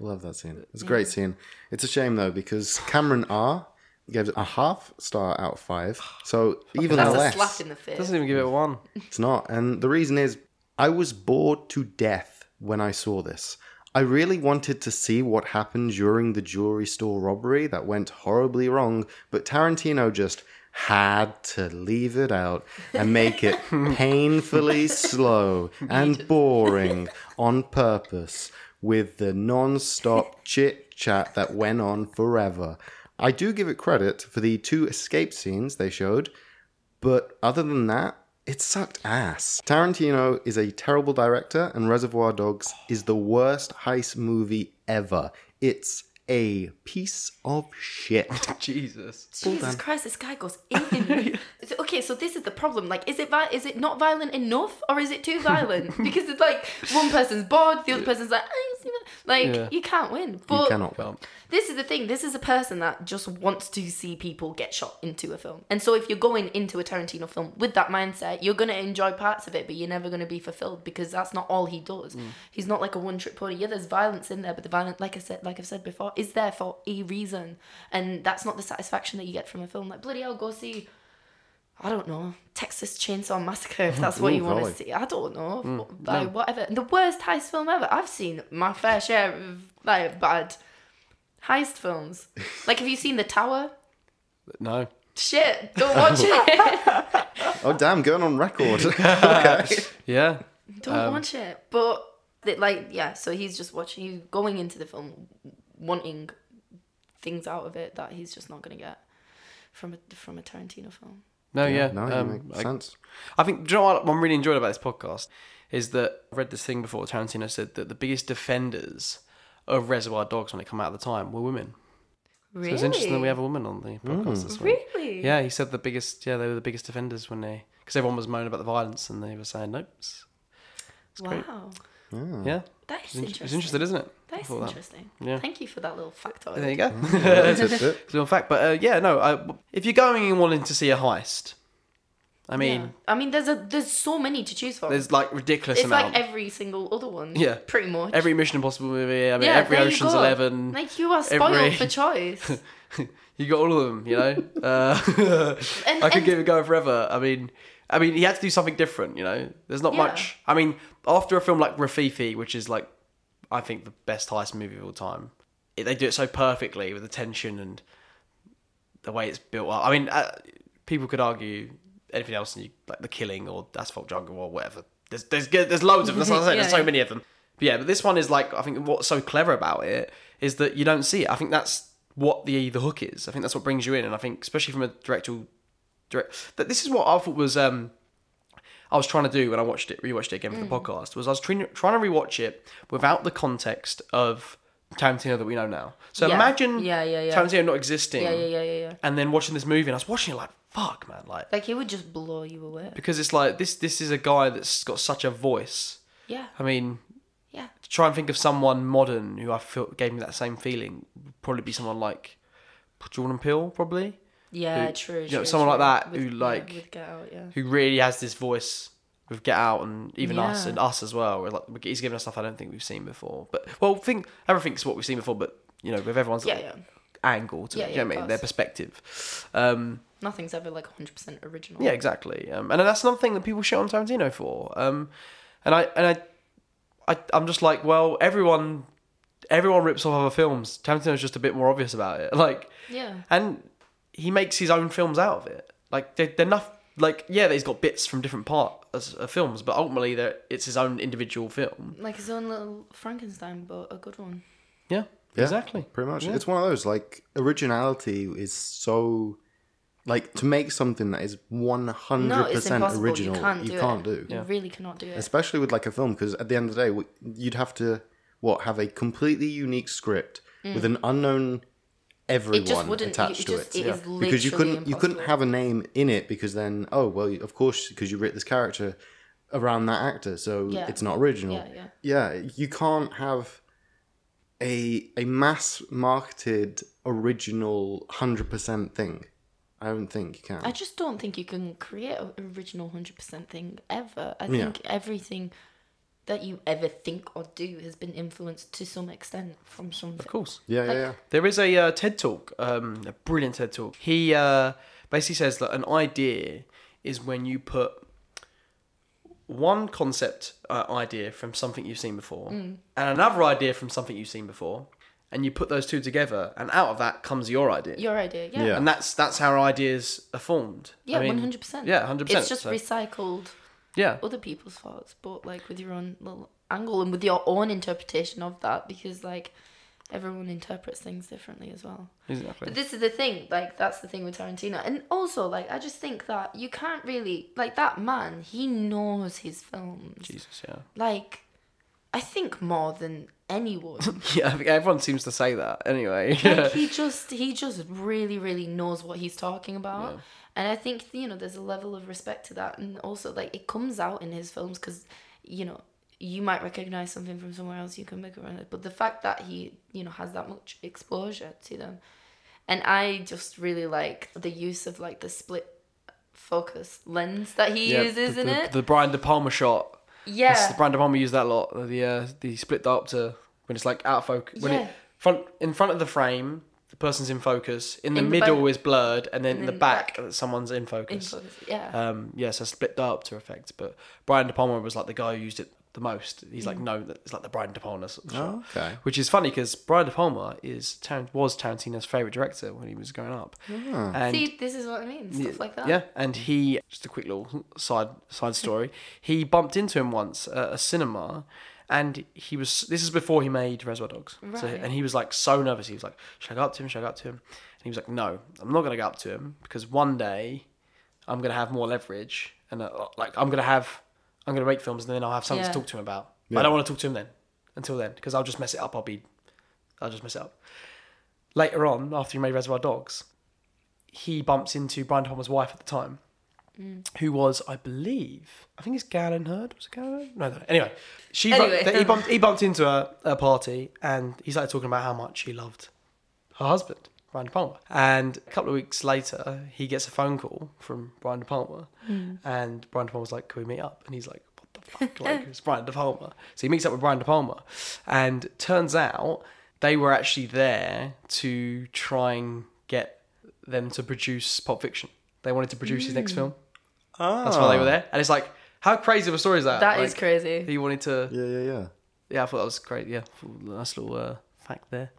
[SPEAKER 4] Love that scene. It's a great scene. It's a shame though because Cameron R gave it a half star out of five, so even
[SPEAKER 3] that's
[SPEAKER 4] less.
[SPEAKER 3] a slap in the face
[SPEAKER 5] Doesn't even give it one.
[SPEAKER 4] It's not. And the reason is I was bored to death when I saw this. I really wanted to see what happened during the jewelry store robbery that went horribly wrong, but Tarantino just had to leave it out and make it painfully slow and boring on purpose with the non stop chit chat that went on forever. I do give it credit for the two escape scenes they showed, but other than that, it sucked ass. Tarantino is a terrible director, and Reservoir Dogs is the worst heist movie ever. It's a piece of shit.
[SPEAKER 5] Jesus.
[SPEAKER 3] Jesus Christ, this guy goes in. So- okay, so this is the problem. Like, is it vi- is it not violent enough, or is it too violent? because it's like one person's bored, the other person's like, "Ah, it's not-" like
[SPEAKER 5] Yeah.
[SPEAKER 3] you can't win. But
[SPEAKER 4] You cannot win.
[SPEAKER 5] Well,
[SPEAKER 3] this is the thing. This is a person that just wants to see people get shot into a film. And so if you're going into a Tarantino film with that mindset, you're going to enjoy parts of it, but you're never going to be fulfilled because that's not all he does.
[SPEAKER 4] Mm.
[SPEAKER 3] He's not like a one-trick pony. Yeah, there's violence in there, but the violence, like I said, like I've said before, is there for a reason. And that's not the satisfaction that you get from a film. Like bloody hell, go see I don't know, Texas Chainsaw Massacre, if that's what
[SPEAKER 4] Ooh,
[SPEAKER 3] you want
[SPEAKER 4] golly. Mm,
[SPEAKER 3] to see. I don't know. F- like, whatever. The worst heist film ever. I've seen my fair share of, like, bad heist films. Like, have you seen The Tower?
[SPEAKER 5] no.
[SPEAKER 3] Shit, don't watch it.
[SPEAKER 4] Oh, damn, going on record.
[SPEAKER 5] Yeah.
[SPEAKER 3] don't
[SPEAKER 5] Um,
[SPEAKER 3] watch it. But, they, like, yeah, so he's just watching, he's going into the film wanting things out of it that he's just not going to get from a, from a Tarantino film.
[SPEAKER 5] No, yeah.
[SPEAKER 4] no,
[SPEAKER 5] um,
[SPEAKER 4] it makes
[SPEAKER 5] I-
[SPEAKER 4] sense.
[SPEAKER 5] I think, do you know what I'm really enjoying about this podcast is that I read this thing before Tarantino said that the biggest defenders of Reservoir Dogs when it come out at the time were women.
[SPEAKER 3] Really? Mm.
[SPEAKER 5] So it's interesting that we have a woman on the podcast this week.
[SPEAKER 3] Really?
[SPEAKER 5] Yeah, he said the biggest. Yeah, they were the biggest defenders when they because everyone was moaning about the violence and they were saying nope. It's, it's
[SPEAKER 3] Wow.
[SPEAKER 5] great. Yeah,
[SPEAKER 3] That
[SPEAKER 5] it's,
[SPEAKER 3] is
[SPEAKER 5] in- it's
[SPEAKER 3] interesting.
[SPEAKER 5] interesting, isn't it? I
[SPEAKER 3] That is
[SPEAKER 5] thought that.
[SPEAKER 3] interesting.
[SPEAKER 5] Yeah.
[SPEAKER 3] Thank you for that little factoid.
[SPEAKER 5] There you go.
[SPEAKER 4] That's it.
[SPEAKER 5] it's a little fact, but uh, yeah, no. I, if you're going and wanting to see a heist, I mean,
[SPEAKER 3] Yeah. I mean, there's a there's so many to choose from.
[SPEAKER 5] there's like ridiculous
[SPEAKER 3] it's
[SPEAKER 5] amount.
[SPEAKER 3] like every single other one.
[SPEAKER 5] Yeah.
[SPEAKER 3] pretty much.
[SPEAKER 5] every Mission Impossible movie. I mean,
[SPEAKER 3] Yeah,
[SPEAKER 5] every
[SPEAKER 3] there you
[SPEAKER 5] Ocean's
[SPEAKER 3] go.
[SPEAKER 5] Eleven.
[SPEAKER 3] Like you are spoiled
[SPEAKER 5] every-
[SPEAKER 3] for choice.
[SPEAKER 5] you got all of them, you know. Uh,
[SPEAKER 3] And-
[SPEAKER 5] I could
[SPEAKER 3] and-
[SPEAKER 5] give it going forever. I mean, I mean, he had to do something different, you know. There's not
[SPEAKER 3] Yeah.
[SPEAKER 5] much. I mean, after a film like Rafifi, which is like, I think the best heist movie of all time, it, they do it so perfectly with the tension and the way it's built up. I mean, uh, people could argue anything else, and you, like the killing or Asphalt Jungle or whatever. There's there's good- there's loads of them. That's what I'm saying.
[SPEAKER 3] Yeah,
[SPEAKER 5] there's so
[SPEAKER 3] yeah.
[SPEAKER 5] many of them. But yeah, but this one is like I think what's so clever about it is that you don't see it. I think that's what the the hook is. I think that's what brings you in, and I think especially from a directorial direct that this is what I thought was um I was trying to do when I watched it, rewatched it again for
[SPEAKER 3] Mm.
[SPEAKER 5] the podcast, was I was trying, trying to rewatch it without the context of Tarantino that we know now. So
[SPEAKER 3] Yeah.
[SPEAKER 5] imagine
[SPEAKER 3] Yeah, yeah, yeah.
[SPEAKER 5] Tarantino not existing,
[SPEAKER 3] yeah, yeah, yeah, yeah, yeah.
[SPEAKER 5] and then watching this movie, and I was watching it like, fuck, man, like
[SPEAKER 3] Like it would just blow you away.
[SPEAKER 5] because it's like this, this is a guy that's got such a voice.
[SPEAKER 3] Yeah,
[SPEAKER 5] I mean,
[SPEAKER 3] yeah.
[SPEAKER 5] to try and think of someone modern who I feel gave me that same feeling, would probably be someone like Jordan Peele, probably.
[SPEAKER 3] Yeah,
[SPEAKER 5] Who-
[SPEAKER 3] true.
[SPEAKER 5] you know,
[SPEAKER 3] true,
[SPEAKER 5] someone like
[SPEAKER 3] true.
[SPEAKER 5] that
[SPEAKER 3] With-
[SPEAKER 5] who,
[SPEAKER 3] yeah,
[SPEAKER 5] like-
[SPEAKER 3] with Get Out, yeah.
[SPEAKER 5] who really has this voice with Get Out and even us
[SPEAKER 3] Yeah.
[SPEAKER 5] and us as well. We're like he's given us stuff I don't think we've seen before. But well, think everything's what we've seen before, but you know, with everyone's
[SPEAKER 3] Yeah,
[SPEAKER 5] like,
[SPEAKER 3] yeah.
[SPEAKER 5] angle to it,
[SPEAKER 3] Yeah, yeah,
[SPEAKER 5] you know what I
[SPEAKER 3] of
[SPEAKER 5] mean, their
[SPEAKER 3] course.
[SPEAKER 5] perspective. Um,
[SPEAKER 3] Nothing's ever like 100% original.
[SPEAKER 5] yeah, exactly. Um, and that's another thing that people shit on Tarantino for. Um, and I and I, I I'm just like, well, everyone everyone rips off other films. Tarantino's just a bit more obvious about it. Like
[SPEAKER 3] Yeah.
[SPEAKER 5] and he makes his own films out of it. Like they're, they're enough. Like yeah, he's got bits from different parts of films, but ultimately, they're- it's his own individual film.
[SPEAKER 3] Like his own little Frankenstein, but a good one.
[SPEAKER 5] Yeah,
[SPEAKER 4] Yeah,
[SPEAKER 5] exactly.
[SPEAKER 4] Pretty much.
[SPEAKER 5] Yeah.
[SPEAKER 4] It's one of those like originality is so like to make something that is 100%
[SPEAKER 3] No, it's impossible.
[SPEAKER 4] original
[SPEAKER 3] you can't do it.
[SPEAKER 4] do.
[SPEAKER 3] You really cannot do it.
[SPEAKER 4] Especially with like a film because at the end of the day w- you'd have to what have a completely unique script with an unknown everyone
[SPEAKER 3] Mm. wouldn't-
[SPEAKER 4] attached
[SPEAKER 3] it
[SPEAKER 4] to
[SPEAKER 3] just-
[SPEAKER 4] it.
[SPEAKER 3] it is
[SPEAKER 4] because you
[SPEAKER 3] literally
[SPEAKER 4] couldn't you couldn't
[SPEAKER 3] impossible.
[SPEAKER 4] have a name in it because then oh well you- of course because you wrote this character around that actor so
[SPEAKER 3] Yeah.
[SPEAKER 4] it's not original.
[SPEAKER 3] Yeah, yeah.
[SPEAKER 4] Yeah, you can't have a a mass marketed original hundred percent thing. I don't think you can.
[SPEAKER 3] I just don't think you can create an original 100% thing ever. I
[SPEAKER 4] Yeah.
[SPEAKER 3] think everything that you ever think or do has been influenced to some extent from something.
[SPEAKER 5] Of course.
[SPEAKER 4] yeah, yeah, yeah.
[SPEAKER 5] There is a uh, TED talk, um, a brilliant TED talk. He uh, basically says that an idea is when you put one concept uh, idea from something you've seen before
[SPEAKER 3] Mm.
[SPEAKER 5] and another idea from something you've seen before, and you put those two together, and out of that comes your idea.
[SPEAKER 3] Your idea, yeah.
[SPEAKER 4] Yeah.
[SPEAKER 5] And that's that's how ideas are formed.
[SPEAKER 3] Yeah,
[SPEAKER 5] I mean,
[SPEAKER 3] 100%.
[SPEAKER 5] Yeah, 100%.
[SPEAKER 3] It's just
[SPEAKER 5] so-
[SPEAKER 3] recycled
[SPEAKER 5] yeah.
[SPEAKER 3] other people's thoughts, but like with your own little angle and with your own interpretation of that because like everyone interprets things differently as well.
[SPEAKER 5] Exactly.
[SPEAKER 3] But this is the thing, like that's the thing with Tarantino. And also like I just think that you can't really like that man, he knows his films.
[SPEAKER 5] Jesus, yeah.
[SPEAKER 3] Like I think more than anyone.
[SPEAKER 5] Yeah, I think everyone seems to say that anyway.
[SPEAKER 3] like he just he just really, really knows what he's talking about.
[SPEAKER 5] Yeah.
[SPEAKER 3] And I think, you know, there's a level of respect to that and also like it comes out in his films cuz you know, you might recognize something from somewhere else you can make around it. But the fact that he, you know, has that much exposure to them and I just really like the use of like the split focus lens that he
[SPEAKER 5] Yeah,
[SPEAKER 3] uses
[SPEAKER 5] the,
[SPEAKER 3] in
[SPEAKER 5] the,
[SPEAKER 3] it.
[SPEAKER 5] The Brian De Palma shot. That's-
[SPEAKER 3] yeah,
[SPEAKER 5] Brian De Palma used that a lot. The uh, the split up to when it's like out of focus. When
[SPEAKER 3] Yeah.
[SPEAKER 5] it front in front of the frame, the person's in focus. In the
[SPEAKER 3] In the
[SPEAKER 5] middle
[SPEAKER 3] back.
[SPEAKER 5] is blurred, and then in the
[SPEAKER 3] then
[SPEAKER 5] back, someone's in
[SPEAKER 3] in
[SPEAKER 5] focus.
[SPEAKER 3] focus. Yeah,
[SPEAKER 5] Um, yeah, so split that up to effect. But Brian De Palma was like the guy who used it the most. He's like known that it's like the Brian De Palma sort of shot.
[SPEAKER 4] okay.
[SPEAKER 5] Which is funny because Brian De Palma is Tar- was Tarantino's favorite director when he was growing up. And
[SPEAKER 3] see, this is what I mean. Stuff
[SPEAKER 5] yeah,
[SPEAKER 3] like that.
[SPEAKER 5] Yeah, and he just a quick little side side story. he bumped into him once at a cinema, and he was this is before he made Reservoir Dogs. So,
[SPEAKER 3] Right.
[SPEAKER 5] and he was like so nervous. He was like, "Should I go up to him? Should I go up to him?" And he was like, "No, I'm not gonna go up to him because one day I'm gonna have more leverage, and uh, like I'm gonna have I'm gonna make films, and then I'll have something
[SPEAKER 3] Yeah.
[SPEAKER 5] to talk to him about. But I don't want to talk to him then until then because I'll just mess it up. I'll be I'll just mess it up." Later on, after he made Reservoir Dogs, he bumps into Brian Thomas' wife at the time, who was, I believe, I think it's Galen Hurd. Was it Galen Hurd? No, no. Anyway, she bu-
[SPEAKER 3] Anyway.
[SPEAKER 5] they- he, bumped, he bumped into her at a party and he started talking about how much he loved her husband, Brian De Palma. And a couple of weeks later, he gets a phone call from Brian De Palma. And Brian De Palma's like, Can we meet up? And he's like, What the fuck? Like, it's Brian De Palma. So he meets up with Brian De Palma. And turns out they were actually there to try and get them to produce Pop Fiction. They wanted to produce his next film. That's why they were there. And it's like, how crazy of a story is that?
[SPEAKER 3] That
[SPEAKER 5] That
[SPEAKER 3] is
[SPEAKER 5] is
[SPEAKER 3] crazy.
[SPEAKER 5] He wanted to.
[SPEAKER 4] Yeah, yeah, yeah.
[SPEAKER 5] Yeah, I thought that was great. Yeah, nice little uh, fact there.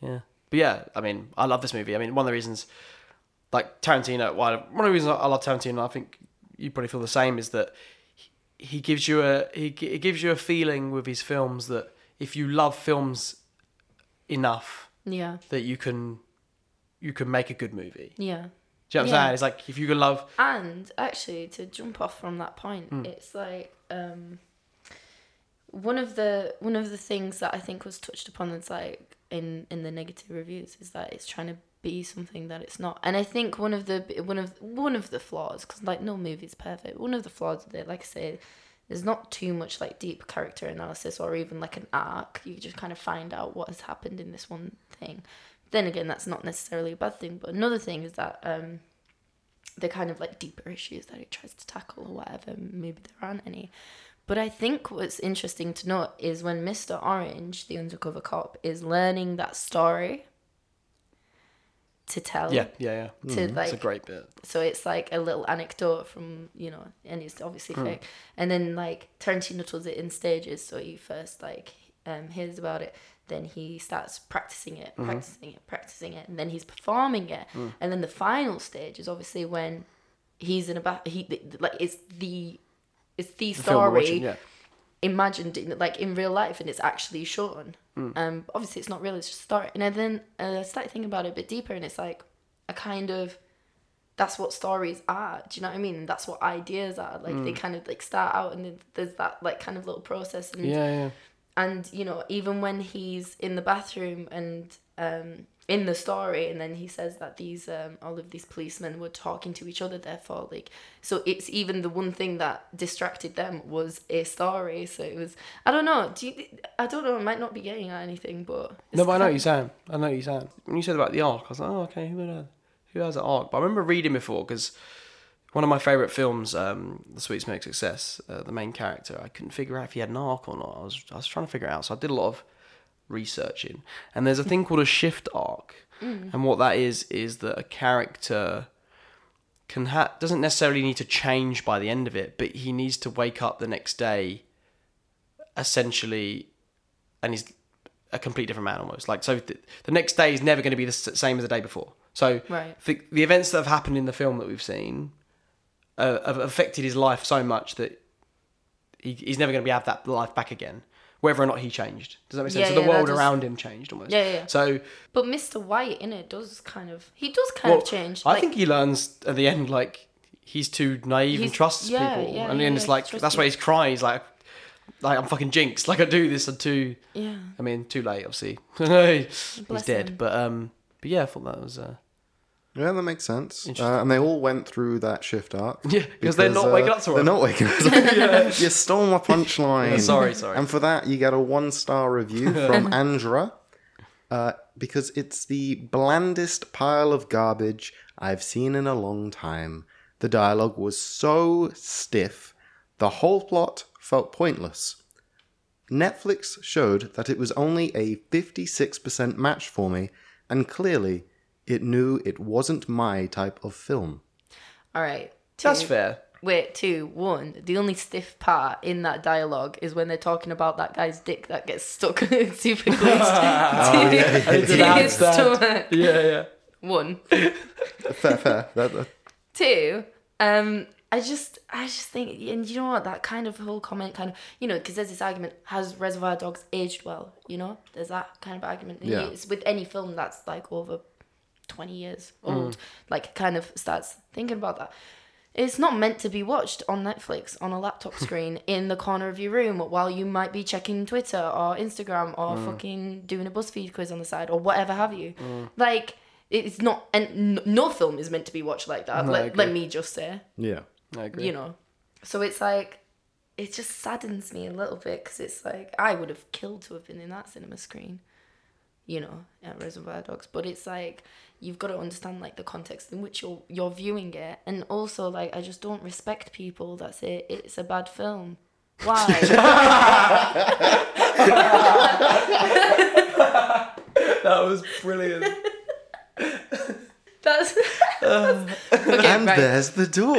[SPEAKER 5] Yeah, but yeah, I mean, I love this movie. I mean, one of the reasons, like Tarantino, why one of the reasons I I love Tarantino, I think you probably feel the same, is that he- he gives you a he, gi- he gives you a feeling with his films that if you love films enough,
[SPEAKER 3] Yeah,
[SPEAKER 5] that you can you can make a good movie.
[SPEAKER 3] yeah.
[SPEAKER 5] Do you know what I'm
[SPEAKER 3] Yeah.
[SPEAKER 5] saying? It's like if you can love
[SPEAKER 3] And actually, to jump off from that point, it's like um, one of the one of the things that I think was touched upon is like in in the negative reviews is that it's trying to be something that it's not. And I think one of the one of one of the flaws, because like no movie's perfect. One of the flaws with it, like I say, there's not too much like deep character analysis or even like an arc. You just kind of find out what has happened in this one thing. Then again, that's not necessarily a bad thing. But another thing is that. Um, the kind of like deeper issues that it tries to tackle or whatever. Maybe there aren't any. But I think what's interesting to note is when Mr. Orange, the undercover cop, is learning that story to tell.
[SPEAKER 5] yeah yeah yeah. Mm.
[SPEAKER 3] To
[SPEAKER 5] It's a
[SPEAKER 3] like
[SPEAKER 5] great bit.
[SPEAKER 3] so it's like a little anecdote from you know and it's obviously
[SPEAKER 5] Hmm.
[SPEAKER 3] fake and then like tarantino does it in stages so he first like um, hears about it then he starts practicing
[SPEAKER 5] Mm-hmm.
[SPEAKER 3] it practicing it practicing it and then he's performing it
[SPEAKER 5] Hmm.
[SPEAKER 3] and then the final stage is obviously when he's in a ba- he like it's the it's
[SPEAKER 5] The
[SPEAKER 3] the,
[SPEAKER 5] film we're
[SPEAKER 3] story
[SPEAKER 5] watching, yeah.
[SPEAKER 3] imagined in, like in real life and it's actually shown um obviously it's not real it's just a story and I then uh, i started thinking about it a bit deeper and it's like a kind of that's what stories are do you know what i mean and that's what ideas are like they kind of like start out and then there's that like kind of little process and
[SPEAKER 5] Yeah, yeah.
[SPEAKER 3] and you know even when he's in the bathroom and um in the story and then he says that these um all of these policemen were talking to each other therefore like so it's even the one thing that distracted them was a story so it was i don't know do you, i don't know i might not be getting at anything but it's
[SPEAKER 5] No, but I know what
[SPEAKER 3] kind-
[SPEAKER 5] you're saying. I know what you're saying. When you said about the arc, I was like, oh, okay, who, would- who has an arc? But I remember reading before because one of my favourite films, um, The Sweet Smoke Success, uh, the main character, I couldn't figure out if he had an arc or not. I was, I was trying to figure it out. So I did a lot of researching. And there's a thing called a shift arc. And what that is, is that a character can ha- doesn't necessarily need to change by the end of it, but he needs to wake up the next day essentially and he's a complete different man almost. Like so, th- the next day is never going to be the s- same as the day before. So
[SPEAKER 3] Right.
[SPEAKER 5] the, the events that have happened in the film that we've seen uh, have affected his life so much that he, he's never going to be have that life back again. whether or not he changed. Does that make sense?
[SPEAKER 3] Yeah,
[SPEAKER 5] so the
[SPEAKER 3] yeah, that
[SPEAKER 5] world
[SPEAKER 3] does-
[SPEAKER 5] around him changed almost.
[SPEAKER 3] Yeah, yeah, yeah.
[SPEAKER 5] So
[SPEAKER 3] But Mr. White in it does kind of he does kind
[SPEAKER 5] well,
[SPEAKER 3] of change.
[SPEAKER 5] I
[SPEAKER 3] like,
[SPEAKER 5] think he learns at the end like he's too naive and
[SPEAKER 3] He's-
[SPEAKER 5] trusts
[SPEAKER 3] yeah,
[SPEAKER 5] people,
[SPEAKER 3] yeah,
[SPEAKER 5] and then
[SPEAKER 3] yeah,
[SPEAKER 5] it's like
[SPEAKER 3] trust
[SPEAKER 5] that's why he's crying. He's like, like I'm fucking jinxed. Like I do this, I'm too.
[SPEAKER 3] yeah.
[SPEAKER 5] I mean, too late, obviously. he's
[SPEAKER 3] Bless
[SPEAKER 5] dead,
[SPEAKER 3] him.
[SPEAKER 5] but um, but yeah, I thought that was uh,
[SPEAKER 4] Yeah, that makes sense. Uh,
[SPEAKER 5] Interesting.
[SPEAKER 4] and they all went through that shift arc. uh,
[SPEAKER 5] Yeah, 'cause they're not waking up to
[SPEAKER 4] They're
[SPEAKER 5] it.
[SPEAKER 4] not waking up to it. You stole my punchline.
[SPEAKER 5] Yeah, sorry, sorry.
[SPEAKER 4] And for that, you get a one star review from Andra uh, because it's the blandest pile of garbage I've seen in a long time. The dialogue was so stiff, the whole plot felt pointless. Netflix showed that it was only a 56% match for me, and clearly it knew it wasn't my type of film.
[SPEAKER 3] All right. Two,
[SPEAKER 5] that's fair.
[SPEAKER 3] Wait, two, one. The only stiff part in that dialogue is when they're talking about that guy's dick that gets stuck super glued to, to
[SPEAKER 5] Did I
[SPEAKER 3] his
[SPEAKER 5] understand?
[SPEAKER 3] stomach.
[SPEAKER 5] Yeah, yeah.
[SPEAKER 3] One.
[SPEAKER 4] Fair, fair. That- that-
[SPEAKER 3] Two, um, I just, I just think, and you know what, that kind of whole comment, kind of, you know, because there's this argument: has Reservoir Dogs aged well? You know, there's that kind of argument.
[SPEAKER 4] Yeah.
[SPEAKER 3] It's with any film that's like over twenty years old, like kind of starts thinking about that. It's not meant to be watched on Netflix on a laptop
[SPEAKER 5] Hmm.
[SPEAKER 3] screen in the corner of your room while you might be checking Twitter or Instagram or
[SPEAKER 5] Hmm.
[SPEAKER 3] fucking doing a BuzzFeed quiz on the side or whatever have you.
[SPEAKER 5] Hmm.
[SPEAKER 3] Like it's not, and n- no film is meant to be watched like that.
[SPEAKER 5] No, I
[SPEAKER 3] let,
[SPEAKER 5] agree.
[SPEAKER 3] let me just say,
[SPEAKER 4] yeah.
[SPEAKER 5] I agree.
[SPEAKER 3] you know. So it's like it just saddens me a little bit because it's like I would have killed to have been in that cinema screen, you know, at Reservoir Dogs. But it's like you've got to understand like the context in which you're you're viewing it, and also like I just don't respect people that say it's a bad film. Why?
[SPEAKER 5] that was brilliant.
[SPEAKER 3] That's okay.
[SPEAKER 4] Uh, and
[SPEAKER 3] right.
[SPEAKER 4] there's the door.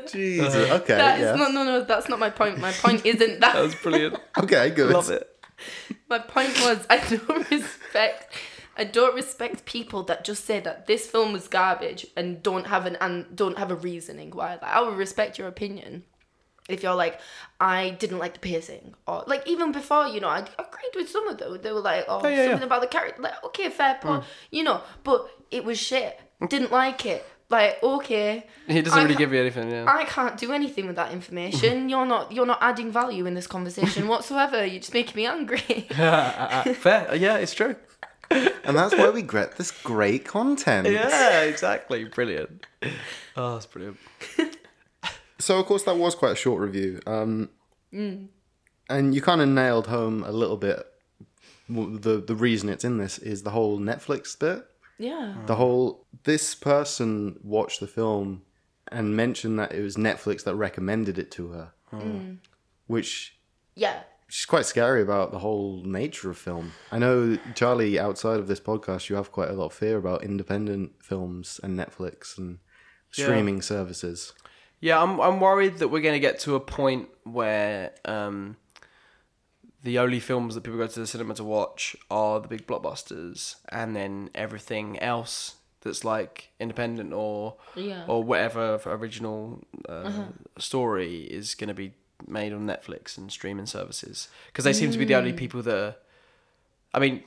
[SPEAKER 4] Jesus.
[SPEAKER 5] Uh-huh.
[SPEAKER 4] Okay.
[SPEAKER 3] That is
[SPEAKER 4] yeah.
[SPEAKER 3] no, no, no. That's not my point. My point isn't that.
[SPEAKER 5] That was brilliant.
[SPEAKER 4] Okay. Good.
[SPEAKER 5] Love it.
[SPEAKER 3] My point was, I don't respect. I don't respect people that just say that this film was garbage and don't have an and don't have a reasoning why. Like, I would respect your opinion if you're like, I didn't like the piercing, or like even before, you know, I agreed with some of them. They were like, oh,
[SPEAKER 5] Oh, yeah, yeah.
[SPEAKER 3] something
[SPEAKER 5] Mm.
[SPEAKER 3] about the character. Like, okay, fair point, you know, but it was shit. Didn't like it. Like, okay,
[SPEAKER 5] He doesn't
[SPEAKER 3] I
[SPEAKER 5] really
[SPEAKER 3] ca-
[SPEAKER 5] give you anything. Yeah.
[SPEAKER 3] I can't do anything with that information. You're not you're not adding value in this conversation whatsoever. You're just making me angry.
[SPEAKER 5] Ah, fair. Uh, Yeah, it's true.
[SPEAKER 4] And that's why we get this great content.
[SPEAKER 5] Yeah, exactly. Brilliant. Oh, that's brilliant.
[SPEAKER 4] So, of course, that was quite a short review. Um,
[SPEAKER 3] Mm.
[SPEAKER 4] And you kind of nailed home a little bit. w- The the reason it's in this is the whole Netflix bit.
[SPEAKER 3] yeah.
[SPEAKER 4] The
[SPEAKER 5] Mm.
[SPEAKER 4] whole this person watched the film and mentioned that it was Netflix that recommended it to her,
[SPEAKER 3] Mm.
[SPEAKER 5] Mm.
[SPEAKER 4] which
[SPEAKER 3] Yeah.
[SPEAKER 4] she's quite scary about the whole nature of film. I know, Charlie, outside of this podcast, you have quite a lot of fear about independent films and Netflix and streaming services.
[SPEAKER 5] Yeah, I'm I'm worried that we're going to get to a point where um, the only films that people go to the cinema to watch are the big blockbusters, and then everything else that's like independent or
[SPEAKER 3] Yeah.
[SPEAKER 5] or whatever for original uh, story is going to be made on Netflix and streaming services because they seem to be the only people that. Are, I mean,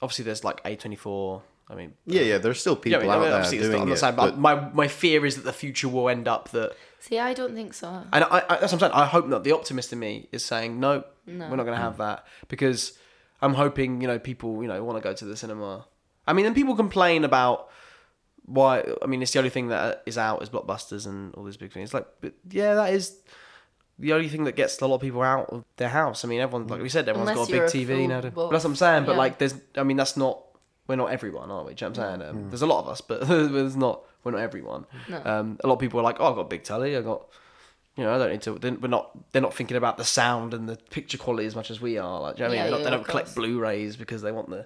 [SPEAKER 5] obviously there's like A24. I mean,
[SPEAKER 4] Yeah, yeah, there's still people
[SPEAKER 5] I mean,
[SPEAKER 4] out
[SPEAKER 5] obviously
[SPEAKER 4] there
[SPEAKER 5] it's not
[SPEAKER 4] doing
[SPEAKER 5] on the
[SPEAKER 4] it.
[SPEAKER 5] side,
[SPEAKER 4] but
[SPEAKER 5] but my my fear is that the future will end up that
[SPEAKER 3] See, I don't think so.
[SPEAKER 5] and I, I, that's what I'm saying. I hope not. The optimist in me is saying, no, we're not going to have that because I'm hoping, you know, people, you know, want to go to the cinema. I mean, and people complain about why. I mean, it's the only thing that is out is blockbusters and all these big things. Like, but yeah, that is the only thing that gets a lot of people out of their house. I mean, everyone, like we said, everyone's
[SPEAKER 3] Unless
[SPEAKER 5] got a
[SPEAKER 3] you're
[SPEAKER 5] big
[SPEAKER 3] a
[SPEAKER 5] TV
[SPEAKER 3] full
[SPEAKER 5] now. to- But
[SPEAKER 3] wolf.
[SPEAKER 5] that's what I'm saying. But
[SPEAKER 3] Yeah.
[SPEAKER 5] like, there's, I mean, that's not. We're not everyone, are we? Do you know what I'm saying? Um, There's a lot of us, but there's not. We're not everyone.
[SPEAKER 3] No.
[SPEAKER 5] Um, a lot of people are like, "Oh, I got a big telly. I got you know, I don't need to. They're, we're not. They're not thinking about the sound and the picture quality as much as we are. Like, do you know what I mean? They're
[SPEAKER 3] Yeah,
[SPEAKER 5] not-
[SPEAKER 3] yeah,
[SPEAKER 5] they
[SPEAKER 3] of
[SPEAKER 5] don't collect
[SPEAKER 3] course.
[SPEAKER 5] Blu-rays because they want the.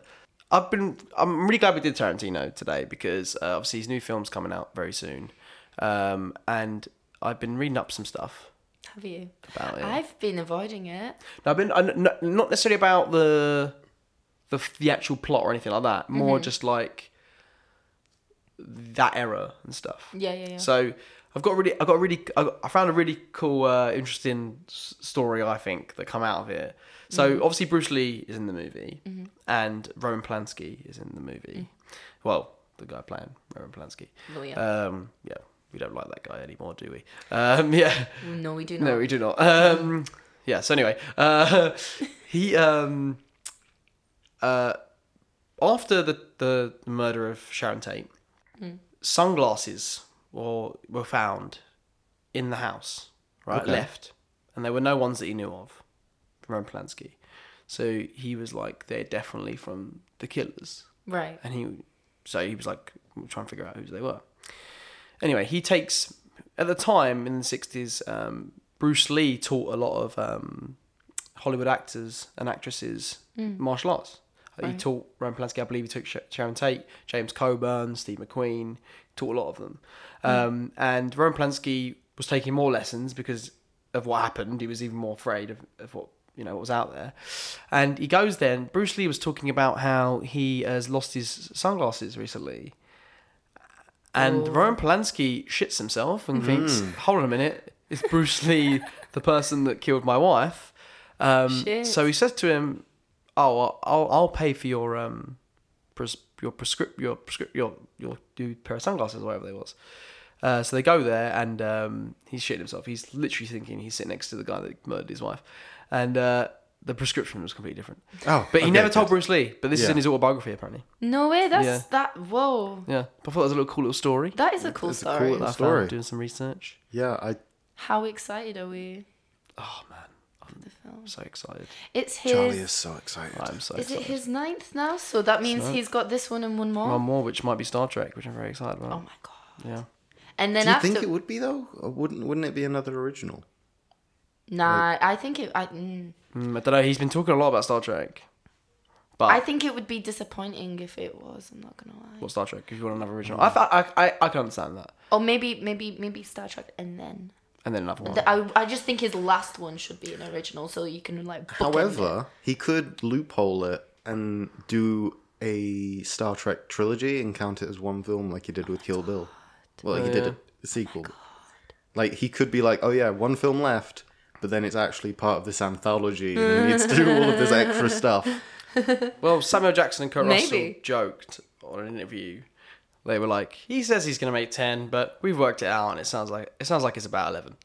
[SPEAKER 5] I've been. I'm really glad we did Tarantino today because uh, obviously his new film's coming out very soon, um, and I've been reading up some stuff
[SPEAKER 3] Have you?
[SPEAKER 5] about it.
[SPEAKER 3] I've been avoiding it.
[SPEAKER 5] Now, I've been I, n- n- not necessarily about the, the the actual plot or anything like that.
[SPEAKER 3] Mm-hmm.
[SPEAKER 5] More just like that era and stuff.
[SPEAKER 3] Yeah, yeah, yeah.
[SPEAKER 5] So I've got really, I got really, I, got, I found a really cool, uh, interesting s- story. I think that come out of it. So
[SPEAKER 3] Mm-hmm.
[SPEAKER 5] obviously Bruce Lee is in the movie, and Roman Polanski is in the movie. Well, the guy playing Roman Polanski.
[SPEAKER 3] Oh, Mm. yeah.
[SPEAKER 5] Um, yeah, we don't like that guy anymore, do we? Um, yeah.
[SPEAKER 3] no, we do not.
[SPEAKER 5] No, we do not. Um, yeah. So anyway, uh, he um, uh, after the the murder of Sharon Tate,
[SPEAKER 3] Mm.
[SPEAKER 5] sunglasses were were found in the house, right
[SPEAKER 4] Okay.
[SPEAKER 5] left, and there were no ones that he knew of. Roman Polanski, so he was like, they're definitely from the killers.
[SPEAKER 3] right.
[SPEAKER 5] And he, so he was like trying to figure out who they were. Anyway, he takes at the time in the sixties. Um, Bruce Lee taught a lot of um, Hollywood actors and actresses martial arts. He taught Roman Polanski, I believe he took Sh- Sharon Tate, James Coburn, Steve McQueen. He taught a lot of them. Um, and Roman Polanski was taking more lessons because of what happened. He was even more afraid of, of what you know what was out there. And he goes there, and Bruce Lee was talking about how he has lost his sunglasses recently. And Roman Polanski shits himself and thinks,
[SPEAKER 4] Mm.
[SPEAKER 5] "Hold on a minute, is Bruce Lee the person that killed my wife?" Um,
[SPEAKER 3] Shit.
[SPEAKER 5] so he says to him, "Oh, I'll- I'll, I'll pay for your um, pres- your prescrip your prescrip your your new pair of sunglasses or whatever they was." Uh, so they go there, and um, he's shitting himself. He's literally thinking he's sitting next to the guy that murdered his wife, and uh, the prescription was completely different.
[SPEAKER 4] Oh,
[SPEAKER 5] but he
[SPEAKER 4] okay,
[SPEAKER 5] never told
[SPEAKER 4] good.
[SPEAKER 5] Bruce Lee. But this is
[SPEAKER 4] Yeah.
[SPEAKER 5] in his autobiography, apparently.
[SPEAKER 3] No way. That's
[SPEAKER 5] Yeah.
[SPEAKER 3] that. Whoa.
[SPEAKER 5] Yeah, I thought that was a little cool little story.
[SPEAKER 3] That is a cool
[SPEAKER 4] It's a cool
[SPEAKER 3] story.
[SPEAKER 5] that I
[SPEAKER 4] Story.
[SPEAKER 5] found doing some research.
[SPEAKER 4] Yeah, I
[SPEAKER 3] How excited are we
[SPEAKER 5] Oh man,
[SPEAKER 3] for the film?
[SPEAKER 5] I'm so excited.
[SPEAKER 3] It's
[SPEAKER 4] Charlie is
[SPEAKER 3] his.
[SPEAKER 4] so excited.
[SPEAKER 5] I'm so
[SPEAKER 3] Is it
[SPEAKER 5] excited.
[SPEAKER 3] his ninth now? So that means
[SPEAKER 5] not.
[SPEAKER 3] he's got this one and one more.
[SPEAKER 5] One more, which might be Star Trek, which I'm very excited
[SPEAKER 3] Oh
[SPEAKER 5] about.
[SPEAKER 3] my god.
[SPEAKER 5] Yeah.
[SPEAKER 3] And then
[SPEAKER 4] Do you
[SPEAKER 3] after.
[SPEAKER 4] think it would be though? Or wouldn't wouldn't it be another original?
[SPEAKER 3] nah, I think it. I, mm,
[SPEAKER 5] Mm, I don't know. He's been talking a lot about Star Trek. But
[SPEAKER 3] I think it would be disappointing if it was. I'm not gonna lie.
[SPEAKER 5] what Star Trek? If you want another original, I, I, I, I can understand that.
[SPEAKER 3] Or maybe, maybe, maybe Star Trek, and then
[SPEAKER 5] And then another one.
[SPEAKER 3] The- I, I just think his last one should be an original, so you can like. bookend it.
[SPEAKER 4] However, he could loophole it and do a Star Trek trilogy and count it as one film, like he did with Kill Bill. Well, like he
[SPEAKER 5] Oh,
[SPEAKER 4] did
[SPEAKER 5] yeah.
[SPEAKER 4] a, a sequel. like he could be like, oh yeah, one film left, but then it's actually part of this anthology and he needs to do all of this extra stuff.
[SPEAKER 5] Well, Samuel Jackson and Kurt Russell
[SPEAKER 3] Maybe.
[SPEAKER 5] joked on an interview. They were like, "He says he's going to make ten, but we've worked it out, and it sounds like it sounds like it's about 11.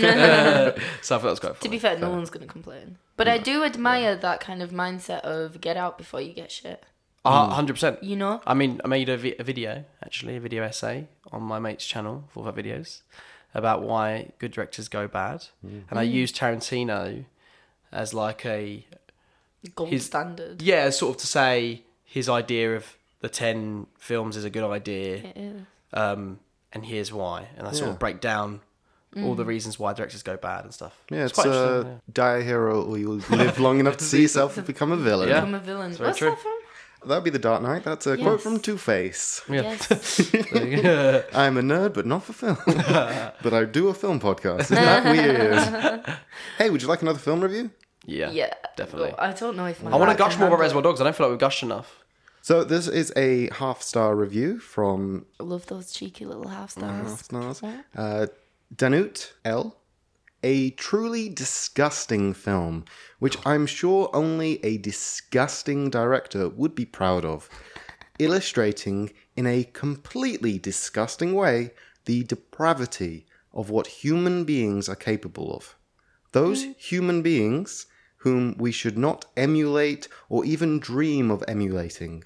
[SPEAKER 5] so I thought it was quite
[SPEAKER 3] to
[SPEAKER 5] funny.
[SPEAKER 3] be fair, no one's gonna complain. But I do admire that kind of mindset of get out before you get shit.
[SPEAKER 5] hundred percent.
[SPEAKER 3] You know,
[SPEAKER 5] I mean, I made a, vi- a video actually, a video essay on my mate's channel for her videos about why good directors go bad, and
[SPEAKER 4] Mm.
[SPEAKER 5] I used Tarantino as like a
[SPEAKER 3] gold
[SPEAKER 5] His-
[SPEAKER 3] standard.
[SPEAKER 5] yeah, sort of to say his idea of the ten films is a good idea.
[SPEAKER 3] It is.
[SPEAKER 5] um, and here's why. And I sort
[SPEAKER 4] Yeah.
[SPEAKER 5] of break down all
[SPEAKER 3] Mm.
[SPEAKER 5] the reasons why directors go bad and stuff.
[SPEAKER 4] Yeah, it's, uh,
[SPEAKER 5] interesting, yeah.
[SPEAKER 4] die a hero or you'll live long enough to see yourself become a villain.
[SPEAKER 5] Yeah.
[SPEAKER 3] I'm a villain.
[SPEAKER 5] very
[SPEAKER 3] What's
[SPEAKER 5] true.
[SPEAKER 3] that from?
[SPEAKER 4] That'd be the Dark Knight. That's a quote
[SPEAKER 3] Yes.
[SPEAKER 4] from Two Face.
[SPEAKER 3] Yes.
[SPEAKER 5] Yeah.
[SPEAKER 4] I'm a nerd, but not for film. but I do a film podcast. Is that weird? hey, would you like another film review?
[SPEAKER 5] yeah.
[SPEAKER 3] yeah.
[SPEAKER 5] Definitely.
[SPEAKER 3] Well, I don't know if my
[SPEAKER 5] I want to
[SPEAKER 3] dad can
[SPEAKER 5] gush more about
[SPEAKER 3] handle
[SPEAKER 5] Reservoir Dogs. I don't feel like we've gushed enough.
[SPEAKER 4] So this is a half star review from
[SPEAKER 3] it. Love those cheeky little half stars.
[SPEAKER 5] Mm-hmm.
[SPEAKER 4] half stars. Uh, Danute L. A truly disgusting film, which I'm sure only a disgusting director would be proud of, illustrating in a completely disgusting way the depravity of what human beings are capable of. Those human beings whom we should not emulate or even dream of emulating.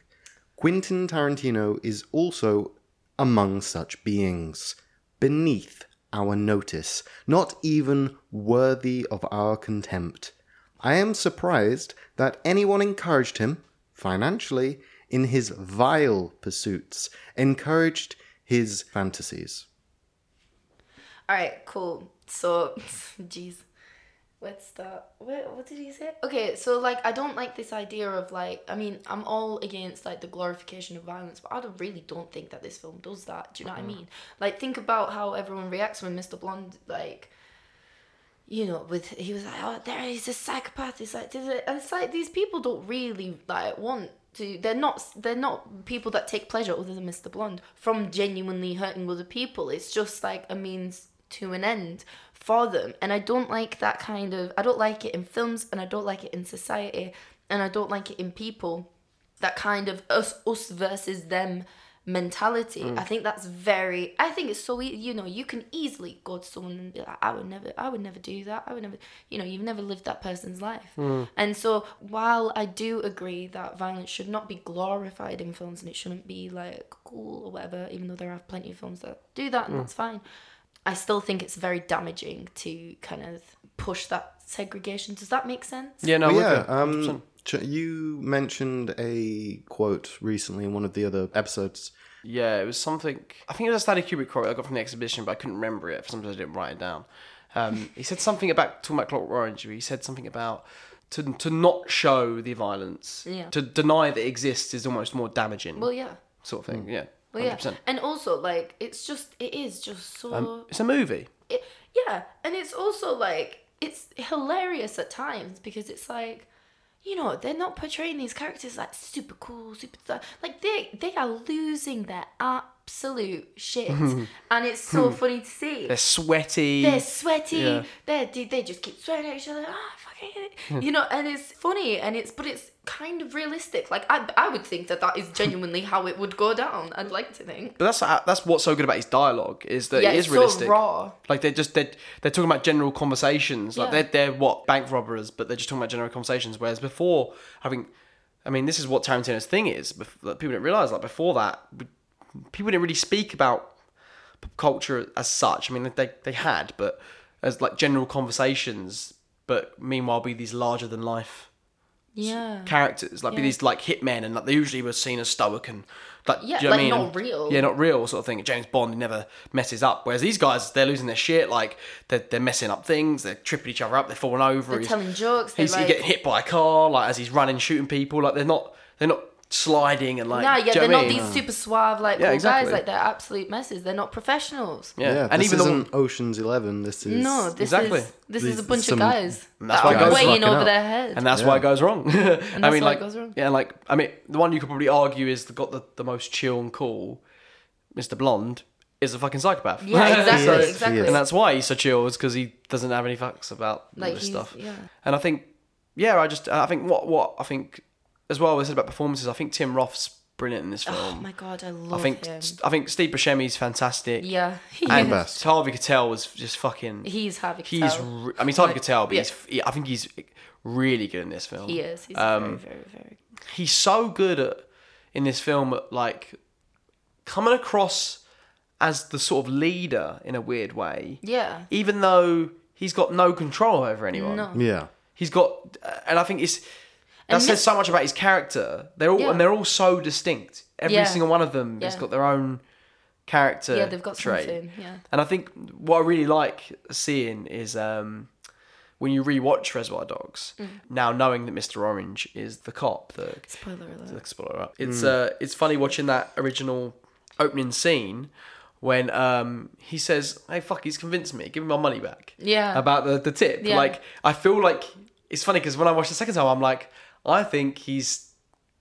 [SPEAKER 4] Quentin Tarantino is also among such beings, beneath our notice, not even worthy of our contempt. I am surprised that anyone encouraged him, financially, in his vile pursuits, encouraged his fantasies.
[SPEAKER 3] All right, cool. So, jeez, let's start. What, what did he say? Okay, so like, I don't like this idea of like. I mean, I'm all against like the glorification of violence, but I don't, really don't think that this film does that. Do you know what I mean? Like, think about how everyone reacts when Mr. Blonde like. You know, with he was like, oh, there he's a psychopath. He's like, "Did it-" and it's like these people don't really like want to they're not they're not people that take pleasure other than Mr. Blonde from genuinely hurting other people. It's just like a means to an end for them. And I don't like that kind of I don't like it in films and I don't like it in society and I don't like it in people. That kind of us us versus them mentality. I think that's very I think it's so easy you know, you can easily go to someone and be like, I would never I would never do that. I would never you know, you've never lived that person's life. And so while I do agree that violence should not be glorified in films and it shouldn't be like cool or whatever, even though there are plenty of films that do that and that's fine. I still think it's very damaging to kind of push that segregation. Does that make sense?
[SPEAKER 5] Yeah, no,
[SPEAKER 4] Well,
[SPEAKER 5] with
[SPEAKER 4] yeah,
[SPEAKER 5] it,
[SPEAKER 4] um,
[SPEAKER 5] 100%.
[SPEAKER 4] Ch- you mentioned a quote recently in one of the other episodes.
[SPEAKER 5] yeah, it was something. I think it was a Stanley Kubrick quote I got from the exhibition, but I couldn't remember it. For some reason, I didn't write it down. Um, he said something about talking about Clockwork Orange. He said something about to to not show the violence,
[SPEAKER 3] Yeah.
[SPEAKER 5] to deny that it exists is almost more damaging,
[SPEAKER 3] Well, yeah.
[SPEAKER 5] sort of thing. Yeah,
[SPEAKER 3] Well,
[SPEAKER 5] hundred
[SPEAKER 3] yeah.
[SPEAKER 5] percent.
[SPEAKER 3] And also, like, it's just, it is just so.
[SPEAKER 5] It's a movie.
[SPEAKER 3] it, yeah. And it's also, like, it's hilarious at times because it's like, you know, they're not portraying these characters like super cool, super. th- Like, they, they are losing their absolute shit. and it's so funny to see.
[SPEAKER 5] Hmm. They're sweaty.
[SPEAKER 3] They're sweaty.
[SPEAKER 5] Yeah. Hmm.
[SPEAKER 3] They're, they they just keep sweating at each other. Ah, fucking, hate it." you know. And it's funny, and it's but it's kind of realistic. Like I, I would think that that is genuinely how it would go down. I'd like to think.
[SPEAKER 5] But that's uh, that's what's so good about his dialogue is that
[SPEAKER 3] yeah,
[SPEAKER 5] it is
[SPEAKER 3] it's
[SPEAKER 5] realistic.
[SPEAKER 3] so raw.
[SPEAKER 5] Like they're just they're, they're talking about general conversations. Like
[SPEAKER 3] Yeah.
[SPEAKER 5] they're they're what bank robbers, but they're just talking about general conversations. Whereas before having, I mean, this is what Tarantino's thing is. bef- That people didn't realize. Like before that, we- people didn't really speak about pop culture as such. I mean, they they had, but as like general conversations. But meanwhile, be these larger than life
[SPEAKER 3] Yeah.
[SPEAKER 5] characters, like be
[SPEAKER 3] Yeah.
[SPEAKER 5] these like hitmen, and like they usually were seen as stoic and like
[SPEAKER 3] Yeah,
[SPEAKER 5] do you know what I
[SPEAKER 3] like,
[SPEAKER 5] mean?
[SPEAKER 3] not
[SPEAKER 5] And-
[SPEAKER 3] real.
[SPEAKER 5] Yeah, not real sort of thing. James Bond he never messes up, whereas these guys they're losing their shit, like they're, they're messing up things, they're tripping each other up, they're falling over.
[SPEAKER 3] They're
[SPEAKER 5] he's-
[SPEAKER 3] telling jokes. They're
[SPEAKER 5] He's he
[SPEAKER 3] like,
[SPEAKER 5] getting hit by a car, like as he's running, shooting people. Like they're not they're not sliding and like
[SPEAKER 3] nah, yeah,
[SPEAKER 5] do you
[SPEAKER 3] they're
[SPEAKER 5] know what
[SPEAKER 3] not
[SPEAKER 5] I mean?
[SPEAKER 3] these super suave like
[SPEAKER 5] Yeah,
[SPEAKER 3] cool
[SPEAKER 5] exactly.
[SPEAKER 3] guys. Like they're absolute messes. They're not professionals.
[SPEAKER 5] yeah.
[SPEAKER 4] Yeah,
[SPEAKER 5] and
[SPEAKER 4] this
[SPEAKER 5] even though
[SPEAKER 4] isn't Ocean's Eleven. This is
[SPEAKER 3] No, this
[SPEAKER 5] Exactly.
[SPEAKER 3] is this
[SPEAKER 4] These-
[SPEAKER 3] is a bunch
[SPEAKER 4] some-
[SPEAKER 3] of guys
[SPEAKER 5] that's
[SPEAKER 3] that
[SPEAKER 5] why
[SPEAKER 3] are
[SPEAKER 5] guys
[SPEAKER 3] weighing
[SPEAKER 4] fucking
[SPEAKER 3] over
[SPEAKER 4] up.
[SPEAKER 3] their head.
[SPEAKER 5] and that's why
[SPEAKER 4] Yeah.
[SPEAKER 5] it goes wrong. and I
[SPEAKER 3] that's
[SPEAKER 5] mean,
[SPEAKER 3] why it
[SPEAKER 5] like,
[SPEAKER 3] goes wrong.
[SPEAKER 5] yeah, like I mean, the one you could probably argue is the, got the, the most chill and cool, Mr. Blonde, is a fucking psychopath.
[SPEAKER 3] yeah, exactly,
[SPEAKER 4] Yes,
[SPEAKER 3] exactly.
[SPEAKER 4] yes.
[SPEAKER 5] and that's why he's so chill is because he doesn't have any fucks about all
[SPEAKER 3] Like,
[SPEAKER 5] this
[SPEAKER 3] he's-
[SPEAKER 5] stuff.
[SPEAKER 3] yeah.
[SPEAKER 5] And I think, yeah, I just I think what what I think as well as I said about performances, I think Tim Roth's brilliant in this film.
[SPEAKER 3] Oh my god, I love
[SPEAKER 5] I think
[SPEAKER 3] him.
[SPEAKER 5] I think Steve Buscemi's fantastic.
[SPEAKER 3] Yeah, he
[SPEAKER 5] and
[SPEAKER 3] is.
[SPEAKER 4] best.
[SPEAKER 5] Harvey Keitel was just fucking.
[SPEAKER 3] He's Harvey Keitel.
[SPEAKER 5] He's. Re- I mean, it's Harvey
[SPEAKER 3] Like,
[SPEAKER 5] Keitel, but
[SPEAKER 3] yeah.
[SPEAKER 5] he's. He, I think he's really good in this film.
[SPEAKER 3] He is. He's
[SPEAKER 5] um,
[SPEAKER 3] very, very, very.
[SPEAKER 5] he's so good at in this film at like coming across as the sort of leader in a weird way
[SPEAKER 3] Yeah.
[SPEAKER 5] even though he's got no control over anyone
[SPEAKER 3] No.
[SPEAKER 4] Yeah,
[SPEAKER 5] he's got uh, and i think it's that
[SPEAKER 3] And
[SPEAKER 5] says
[SPEAKER 3] this-
[SPEAKER 5] so much about his character they're all
[SPEAKER 3] Yeah.
[SPEAKER 5] and they're all so distinct every
[SPEAKER 3] Yeah.
[SPEAKER 5] single one of them has
[SPEAKER 3] Yeah.
[SPEAKER 5] got their own character
[SPEAKER 3] Yeah, they've got
[SPEAKER 5] trait.
[SPEAKER 3] something. Yeah.
[SPEAKER 5] And I think what I really like seeing is um, when you rewatch Reservoir Dogs,
[SPEAKER 3] Mm.
[SPEAKER 5] now knowing that Mr. Orange is the cop. The,
[SPEAKER 3] Spoiler alert.
[SPEAKER 5] the spoiler up. It's
[SPEAKER 3] Hmm.
[SPEAKER 5] uh, it's funny watching that original opening scene when um, he says, "Hey, fuck, he's convinced me. Give me my money back."
[SPEAKER 3] Yeah.
[SPEAKER 5] About the the tip.
[SPEAKER 3] Yeah.
[SPEAKER 5] Like I feel like it's funny because when I watched the second time, I'm like, I think he's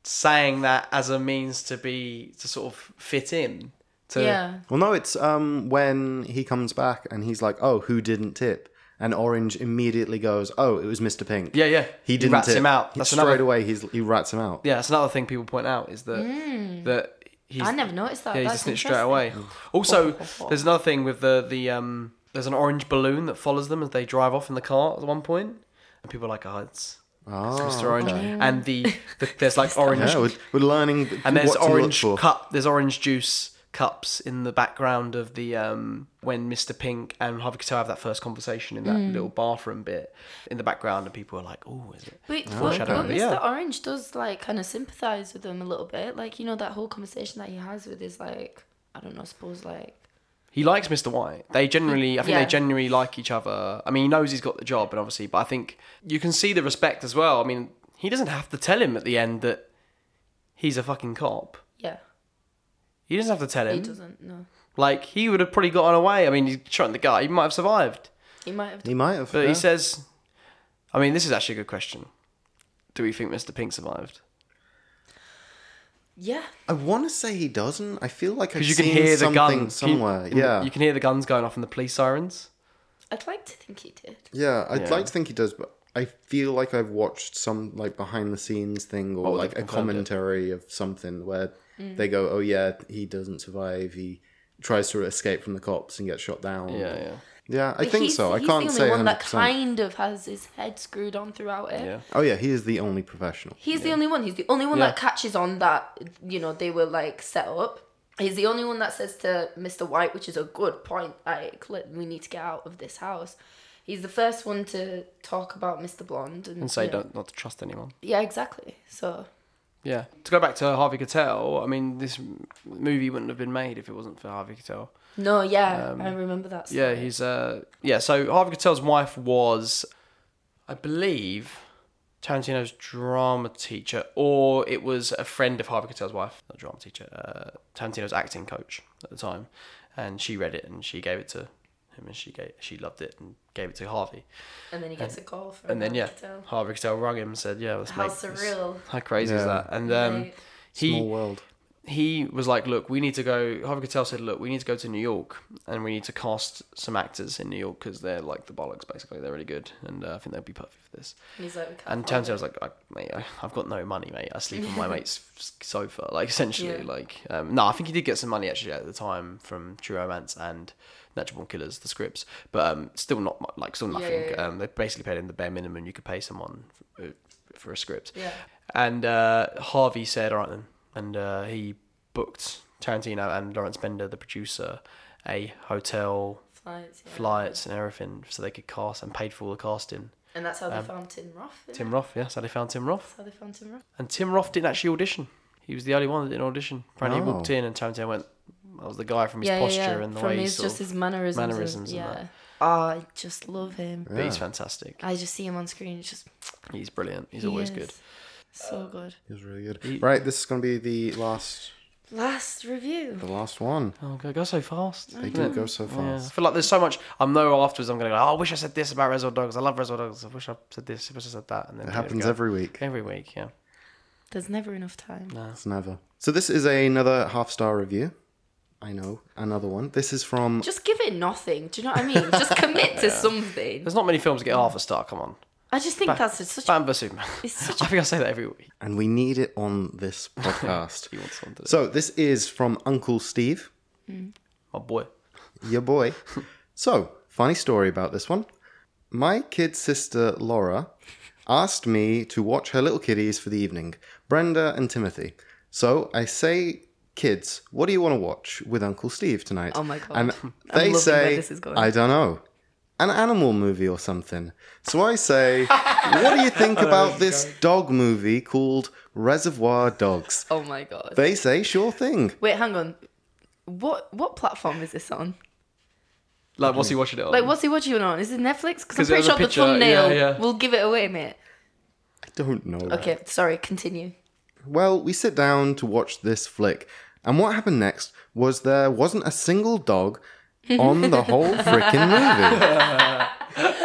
[SPEAKER 5] saying that as a means to be to sort of fit in. To,
[SPEAKER 3] yeah.
[SPEAKER 4] Well, no, it's um when he comes back and he's like, "Oh, who didn't tip?" And Orange immediately goes, "Oh, it was Mr. Pink."
[SPEAKER 5] Yeah, yeah.
[SPEAKER 4] He
[SPEAKER 5] He
[SPEAKER 4] didn't
[SPEAKER 5] rats
[SPEAKER 4] tip.
[SPEAKER 5] him out.
[SPEAKER 4] He-
[SPEAKER 5] That's
[SPEAKER 4] straight
[SPEAKER 5] another-
[SPEAKER 4] away. He's he rats him out.
[SPEAKER 5] Yeah, that's another thing people point out is that that he's
[SPEAKER 3] Hmm. I never noticed that.
[SPEAKER 5] yeah he's a
[SPEAKER 3] That's
[SPEAKER 5] snitch straight
[SPEAKER 3] interesting.
[SPEAKER 5] away.
[SPEAKER 4] Oh,
[SPEAKER 5] Also, there's another thing with the the um there's an orange balloon that follows them as they drive off in the car at one point, and people are like, oh, it's, it's
[SPEAKER 4] Oh,
[SPEAKER 5] Mr. Orange, and the, the there's like orange
[SPEAKER 4] yeah. We're, we're learning
[SPEAKER 5] and there's
[SPEAKER 4] what to look
[SPEAKER 5] orange
[SPEAKER 4] for.
[SPEAKER 5] cup there's orange juice cups in the background of the um when Mr. Pink and Harvey Keitel have that first conversation in that
[SPEAKER 4] Mm.
[SPEAKER 5] little bathroom bit in the background, and people are like, oh, is it?
[SPEAKER 3] But, but,
[SPEAKER 5] Foreshadowing,
[SPEAKER 3] but Mr.
[SPEAKER 5] yeah.
[SPEAKER 3] Orange does like kind of sympathize with them a little bit. Like you know that whole conversation that he has with his like I don't know, I suppose like
[SPEAKER 5] He likes Mr. White. They generally, I think
[SPEAKER 3] Yeah.
[SPEAKER 5] they generally like each other. I mean, he knows he's got the job, and obviously, but I think you can see the respect as well. I mean, he doesn't have to tell him at the end that he's a fucking cop.
[SPEAKER 3] yeah.
[SPEAKER 5] He doesn't have to tell
[SPEAKER 3] He
[SPEAKER 5] him.
[SPEAKER 3] doesn't. No. He
[SPEAKER 5] like he would have probably gotten away. I mean, he's shot the guy. He might have survived,
[SPEAKER 3] might have.
[SPEAKER 4] He might have.
[SPEAKER 5] but
[SPEAKER 4] yeah.
[SPEAKER 5] he says, "I mean, this is actually a good question. Do we think Mr. Pink survived?"
[SPEAKER 3] Yeah.
[SPEAKER 4] I want to say he doesn't. I feel like I've
[SPEAKER 5] Because you
[SPEAKER 4] seen
[SPEAKER 5] can hear the
[SPEAKER 4] something
[SPEAKER 5] guns Can you-
[SPEAKER 4] somewhere.
[SPEAKER 5] can-
[SPEAKER 4] yeah,
[SPEAKER 5] you can hear the guns going off and the police sirens.
[SPEAKER 3] I'd like to think he did.
[SPEAKER 4] yeah. I'd
[SPEAKER 5] Yeah.
[SPEAKER 4] like to think he does, but I feel like I've watched some like behind the scenes thing or
[SPEAKER 5] Oh,
[SPEAKER 4] like
[SPEAKER 5] they've
[SPEAKER 4] a
[SPEAKER 5] confirmed it.
[SPEAKER 4] commentary of something where
[SPEAKER 3] Mm.
[SPEAKER 4] they go, "Oh yeah, he doesn't survive. He tries to escape from the cops and gets shot down."
[SPEAKER 5] Yeah,
[SPEAKER 4] Yeah, I
[SPEAKER 3] But
[SPEAKER 4] think
[SPEAKER 3] he's-
[SPEAKER 4] so. I
[SPEAKER 3] he's
[SPEAKER 4] can't
[SPEAKER 3] the only
[SPEAKER 4] say
[SPEAKER 3] one
[SPEAKER 4] 100%.
[SPEAKER 3] that kind of has his head screwed on throughout
[SPEAKER 5] yeah,
[SPEAKER 3] it.
[SPEAKER 5] yeah.
[SPEAKER 4] Oh yeah, he is the only professional.
[SPEAKER 3] He's the only one. He's the only one
[SPEAKER 5] Yeah.
[SPEAKER 3] that catches on that you know they were like set up. He's the only one that says to Mr. White, which is a good point. Like, let, we need to get out of this house. He's the first one to talk about Mr. Blonde and,
[SPEAKER 5] And say
[SPEAKER 3] you know-
[SPEAKER 5] don't not to trust anyone.
[SPEAKER 3] Yeah, exactly. So
[SPEAKER 5] Yeah. To go back to Harvey Keitel, I mean, this m- movie wouldn't have been made if it wasn't for Harvey Keitel.
[SPEAKER 3] no, yeah, I remember that.
[SPEAKER 5] Um, Yeah,
[SPEAKER 3] story.
[SPEAKER 5] he's uh yeah. So Harvey Keitel's wife was, I believe, Tarantino's drama teacher, or it was a friend of Harvey Keitel's wife, not drama teacher, uh, Tarantino's acting coach at the time, and she read it and she gave it to him and she gave she loved it and gave it to Harvey.
[SPEAKER 3] and then he gets a call from.
[SPEAKER 5] And then yeah,
[SPEAKER 3] Arquette.
[SPEAKER 5] Harvey Keitel rung him and said, "Yeah, let's
[SPEAKER 3] How
[SPEAKER 5] make this."
[SPEAKER 3] surreal.
[SPEAKER 5] How crazy is
[SPEAKER 4] Yeah.
[SPEAKER 5] that? And um,
[SPEAKER 3] Right.
[SPEAKER 5] he
[SPEAKER 4] Small world.
[SPEAKER 5] he was like, "Look, we need to go." Harvey Keitel said, "Look, we need to go to New York, and we need to cast some actors in New York because they're like the bollocks, basically. They're really good, and uh, I think they'd be perfect for this."
[SPEAKER 3] And he's like, we can't
[SPEAKER 5] And
[SPEAKER 3] find
[SPEAKER 5] Tarantino was like, I, "Mate, I, I've got no money, mate. I sleep on my mate's sofa, like essentially,
[SPEAKER 3] Yeah.
[SPEAKER 5] like." Um, no, I think he did get some money actually at the time from True Romance and Natural Born Killers, the scripts, but um, still not mu- like still
[SPEAKER 3] Yeah,
[SPEAKER 5] nothing.
[SPEAKER 3] yeah, yeah.
[SPEAKER 5] Um, they basically paid him the bare minimum you could pay someone for, for a script.
[SPEAKER 3] Yeah.
[SPEAKER 5] And uh, Harvey said, all right then. And uh, he booked Tarantino and Lawrence Bender, the producer, a hotel,
[SPEAKER 3] flights, yeah.
[SPEAKER 5] flights, and everything so they could cast and paid for all the casting.
[SPEAKER 3] And that's how they found Tim Roth. Tim.
[SPEAKER 5] Um, Tim Roth, yeah, so they found Tim Roth.
[SPEAKER 3] That's how they found Tim Roth.
[SPEAKER 5] And Tim Roth didn't actually audition. He was the only one that didn't audition. Apparently, he
[SPEAKER 4] Oh.
[SPEAKER 5] walked in and Tarantino went, that was the guy from his posture and the
[SPEAKER 3] From
[SPEAKER 5] way he
[SPEAKER 3] his,
[SPEAKER 5] sort
[SPEAKER 3] just
[SPEAKER 5] of.
[SPEAKER 3] his mannerisms. and-
[SPEAKER 5] mannerisms and
[SPEAKER 3] yeah.
[SPEAKER 5] that.
[SPEAKER 3] Oh, I just love him.
[SPEAKER 5] but He's fantastic.
[SPEAKER 3] I just see him on screen. It's just
[SPEAKER 5] He's brilliant. He's
[SPEAKER 3] he
[SPEAKER 5] always
[SPEAKER 3] is
[SPEAKER 5] good.
[SPEAKER 3] So good.
[SPEAKER 4] He was really good. right, this is going to be the last,
[SPEAKER 3] Last review.
[SPEAKER 4] the last one.
[SPEAKER 5] Oh, go, go so fast.
[SPEAKER 4] They
[SPEAKER 5] Isn't
[SPEAKER 4] do
[SPEAKER 5] it?
[SPEAKER 4] go so
[SPEAKER 5] Yeah, I
[SPEAKER 4] fast.
[SPEAKER 5] feel like there's so much. I know afterwards I'm going to go, oh, I wish I said this about Reservoir Dogs. I love Reservoir Dogs. I wish I said this. I wish I said that. And then
[SPEAKER 4] It
[SPEAKER 5] here we
[SPEAKER 4] happens
[SPEAKER 5] go.
[SPEAKER 4] every week.
[SPEAKER 5] every week, yeah.
[SPEAKER 3] There's never enough time.
[SPEAKER 4] It's never. So this is another half star review. I know another one. This is from
[SPEAKER 3] Just give it nothing. Do you know what I mean? just commit to something.
[SPEAKER 5] There's not many films that get half a star. Come on.
[SPEAKER 3] I just think that's a- such. a
[SPEAKER 5] Batman vs Superman.
[SPEAKER 3] It's such
[SPEAKER 5] I think I say that every week.
[SPEAKER 4] and we need it on this podcast.
[SPEAKER 5] He wants one today.
[SPEAKER 4] so this is from Uncle Steve,
[SPEAKER 5] My boy.
[SPEAKER 4] your boy. so funny story about this one. My kid sister Laura asked me to watch her little kiddies for the evening, Brenda and Timothy. So I say, kids, what do you want to watch with Uncle Steve tonight?
[SPEAKER 3] Oh my God.
[SPEAKER 4] And
[SPEAKER 3] I'm
[SPEAKER 4] they
[SPEAKER 3] loving
[SPEAKER 4] say,
[SPEAKER 3] where this is going.
[SPEAKER 4] I don't know, an animal movie or something. So I say, what do you think about this dog movie called Reservoir Dogs?
[SPEAKER 3] oh my god.
[SPEAKER 4] They say, sure thing.
[SPEAKER 3] Wait, hang on. What what platform is this on?
[SPEAKER 5] Like, what's he watching it on?
[SPEAKER 3] Like, what's he watching it on? Is it Netflix? Because I'm
[SPEAKER 5] 'Cause it
[SPEAKER 3] pretty
[SPEAKER 5] has a
[SPEAKER 3] sure
[SPEAKER 5] picture,
[SPEAKER 3] the
[SPEAKER 5] yeah,
[SPEAKER 3] thumbnail
[SPEAKER 5] yeah.
[SPEAKER 3] will give it away, mate.
[SPEAKER 4] I don't know.
[SPEAKER 3] Okay, sorry. Continue.
[SPEAKER 4] Well, we sit down to watch this flick, and what happened next was there wasn't a single dog on the whole freaking movie.